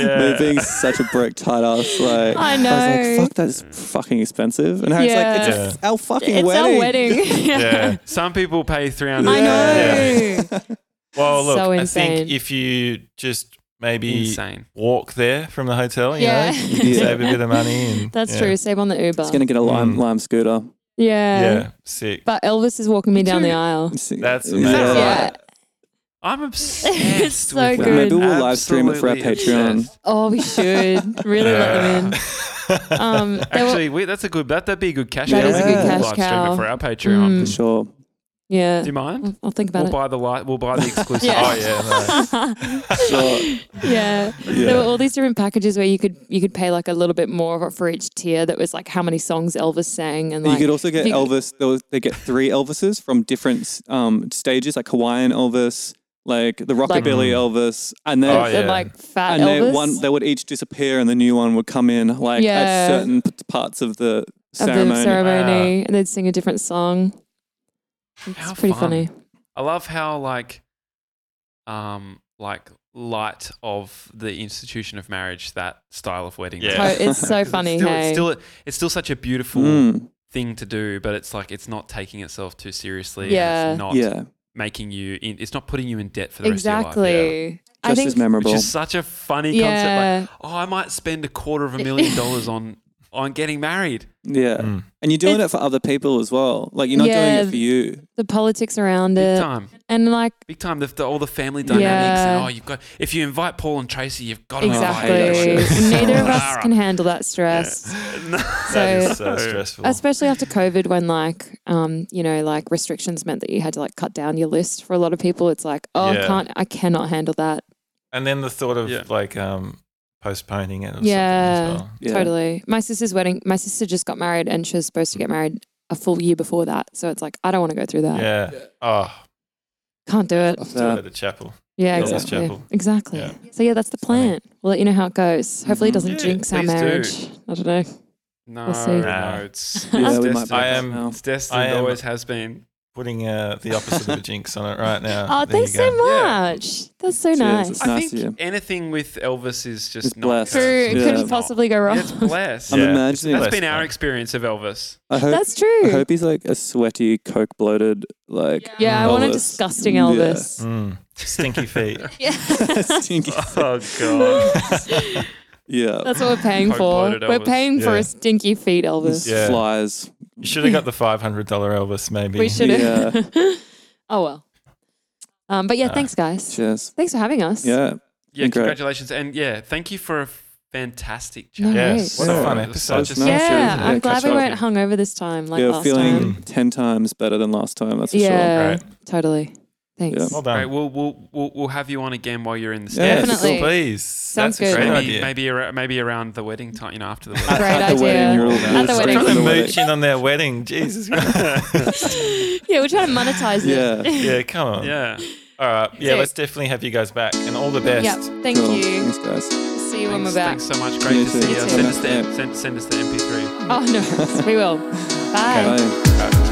like, yeah. they're being such a brick tight ass. Like, I was know. like, fuck, that's fucking expensive. And Harry's like, it's Yeah. f- our fucking It's wedding. our wedding. yeah. Some people pay three I hundred. know. Well, look, So I insane. think if you just maybe Insane. walk there from the hotel, you Yeah. know, you can Yeah. save a bit of money. And, That's yeah. true. Save on the Uber. It's gonna get a lime Mm. lime scooter. yeah. Yeah, sick. But Elvis is walking me down the aisle. That's Yeah. amazing. Yeah. I'm obsessed. It's so with that. good. Maybe we'll live stream it for our Absolutely Patreon. obsessed. Oh, we should really let them in. Um, there were- Actually, we, that's a good. That that'd be a good cash That cow. is a We good could cash live stream it cow. for our Patreon. for sure. yeah, Do you mind? I'll- I'll think about We'll it. buy the light. We'll buy the exclusive. Yeah. Oh, yeah. no. Sure. yeah. there Yeah. were all these different packages where you could you could pay like a little bit more for each tier. That was like how many songs Elvis sang, and You like could also get you- Elvis. There was, they get three Elvises from different um, stages, like Hawaiian Elvis, like the rockabilly Like- Elvis, and then Oh, the, yeah. like fat and Elvis. they one they would each disappear, and the new one would come in, like Yeah. at certain p- parts of the of ceremony. the ceremony, and they'd sing a different song. It's How pretty fun. funny. I love how like, um, like light of the institution of marriage that style of wedding. Yeah. Oh, it's so funny. It's still, hey, it's still it's still such a beautiful Mm, thing to do, but it's like it's not taking itself too seriously. And Yeah. it's not yeah, making you. In, it's not putting you in debt for the rest of your life. exactly. I just think as memorable. Which is such a funny Yeah. concept. Like, oh, I might spend a quarter of a million dollars on on getting married. yeah, Mm. and you're doing it for other people as well. Like you're not Yeah. doing it for you. the politics around Big it, time, and like big time. The, the, all the family dynamics. And, Yeah. oh, you've got if you invite Paul and Tracy, you've got to invite. exactly, hate that shit. neither of us Oh, Clara. can handle that stress. That So- is so stressful. Especially after COVID, when like, um, you know, like restrictions meant that you had to like cut down your list for a lot of people. It's like, oh, I Yeah. can't, I cannot handle that. and then the thought of Yeah. like um, postponing it or Yeah. something as well. Yeah. Totally. My sister's wedding, my sister just got married and she was supposed to get married a full year before that. So it's like, I don't want to go through that. Yeah. Oh, Can't do it. do it Uh, at the chapel. Yeah, Elvis exactly. Chapel. Exactly. Yeah. So yeah, that's the plan. Stunning. We'll let you know how it goes. Hopefully it Mhm. doesn't Yeah, jinx our please do. marriage. I don't know. No, We'll see. Nah. no, it's, it's yeah, we might. destined. be I am- now. It's destined. I am- always has been. Putting uh, the opposite of a jinx on it right now. Oh, There you thanks so go. Yeah. much. That's so Cheers. nice. It's I nice think of you. anything with Elvis is just It's not blessed. True. good. It Yeah. couldn't possibly go wrong. It's blessed. I'm Yeah. imagining. That's Blessed, been our man. experience of Elvis. I hope That's true. I hope he's like a sweaty, coke bloated, like yeah, I want a Elvis. disgusting Yeah. Elvis. Mm. Stinky feet. stinky. Oh god. Yeah, That's what we're paying Coke for. bloated We're Elvis. paying for Yeah. a stinky feet Elvis. Yeah. flies. You should have got the $500 Elvis, maybe. We should have. Yeah. Ah, oh well. Um, but yeah, thanks guys. Cheers. Thanks for having us. Yeah, yeah, Great. congratulations, and yeah, thank you for a fantastic No chat. worries. Yes. What Yeah. a fun It was episode. such a- Yeah, Nice, sure. I'm Yeah, glad catch we up. weren't hungover this time like you're last feeling time. ten times better than last time. That's for Yeah. Great. Totally. Thanks. Yeah. Well done. Great. We'll, we'll we'll we'll have you on again while you're in the Um, Yeah, states. Definitely. cool. Please. Sounds That's good. a great Maybe idea. maybe around, maybe around the wedding time. You know, after the sure. wedding. Great At the idea. wedding, you're all At down. the wedding. Trying to Screaming the mooch in on their wedding. Jesus Christ. Yeah, we're trying to monetize it. wedding. Yeah. yeah, come on. yeah. All right. Yeah, Sick. let's definitely have you guys back and all the best. Yep. Thank Cool. you. Thanks, guys. See you when Thanks, we're back. thanks so much. Great You to too. see you. You too. Send us the send, send us the MP3. Oh no, we will. Bye. Bye. All right.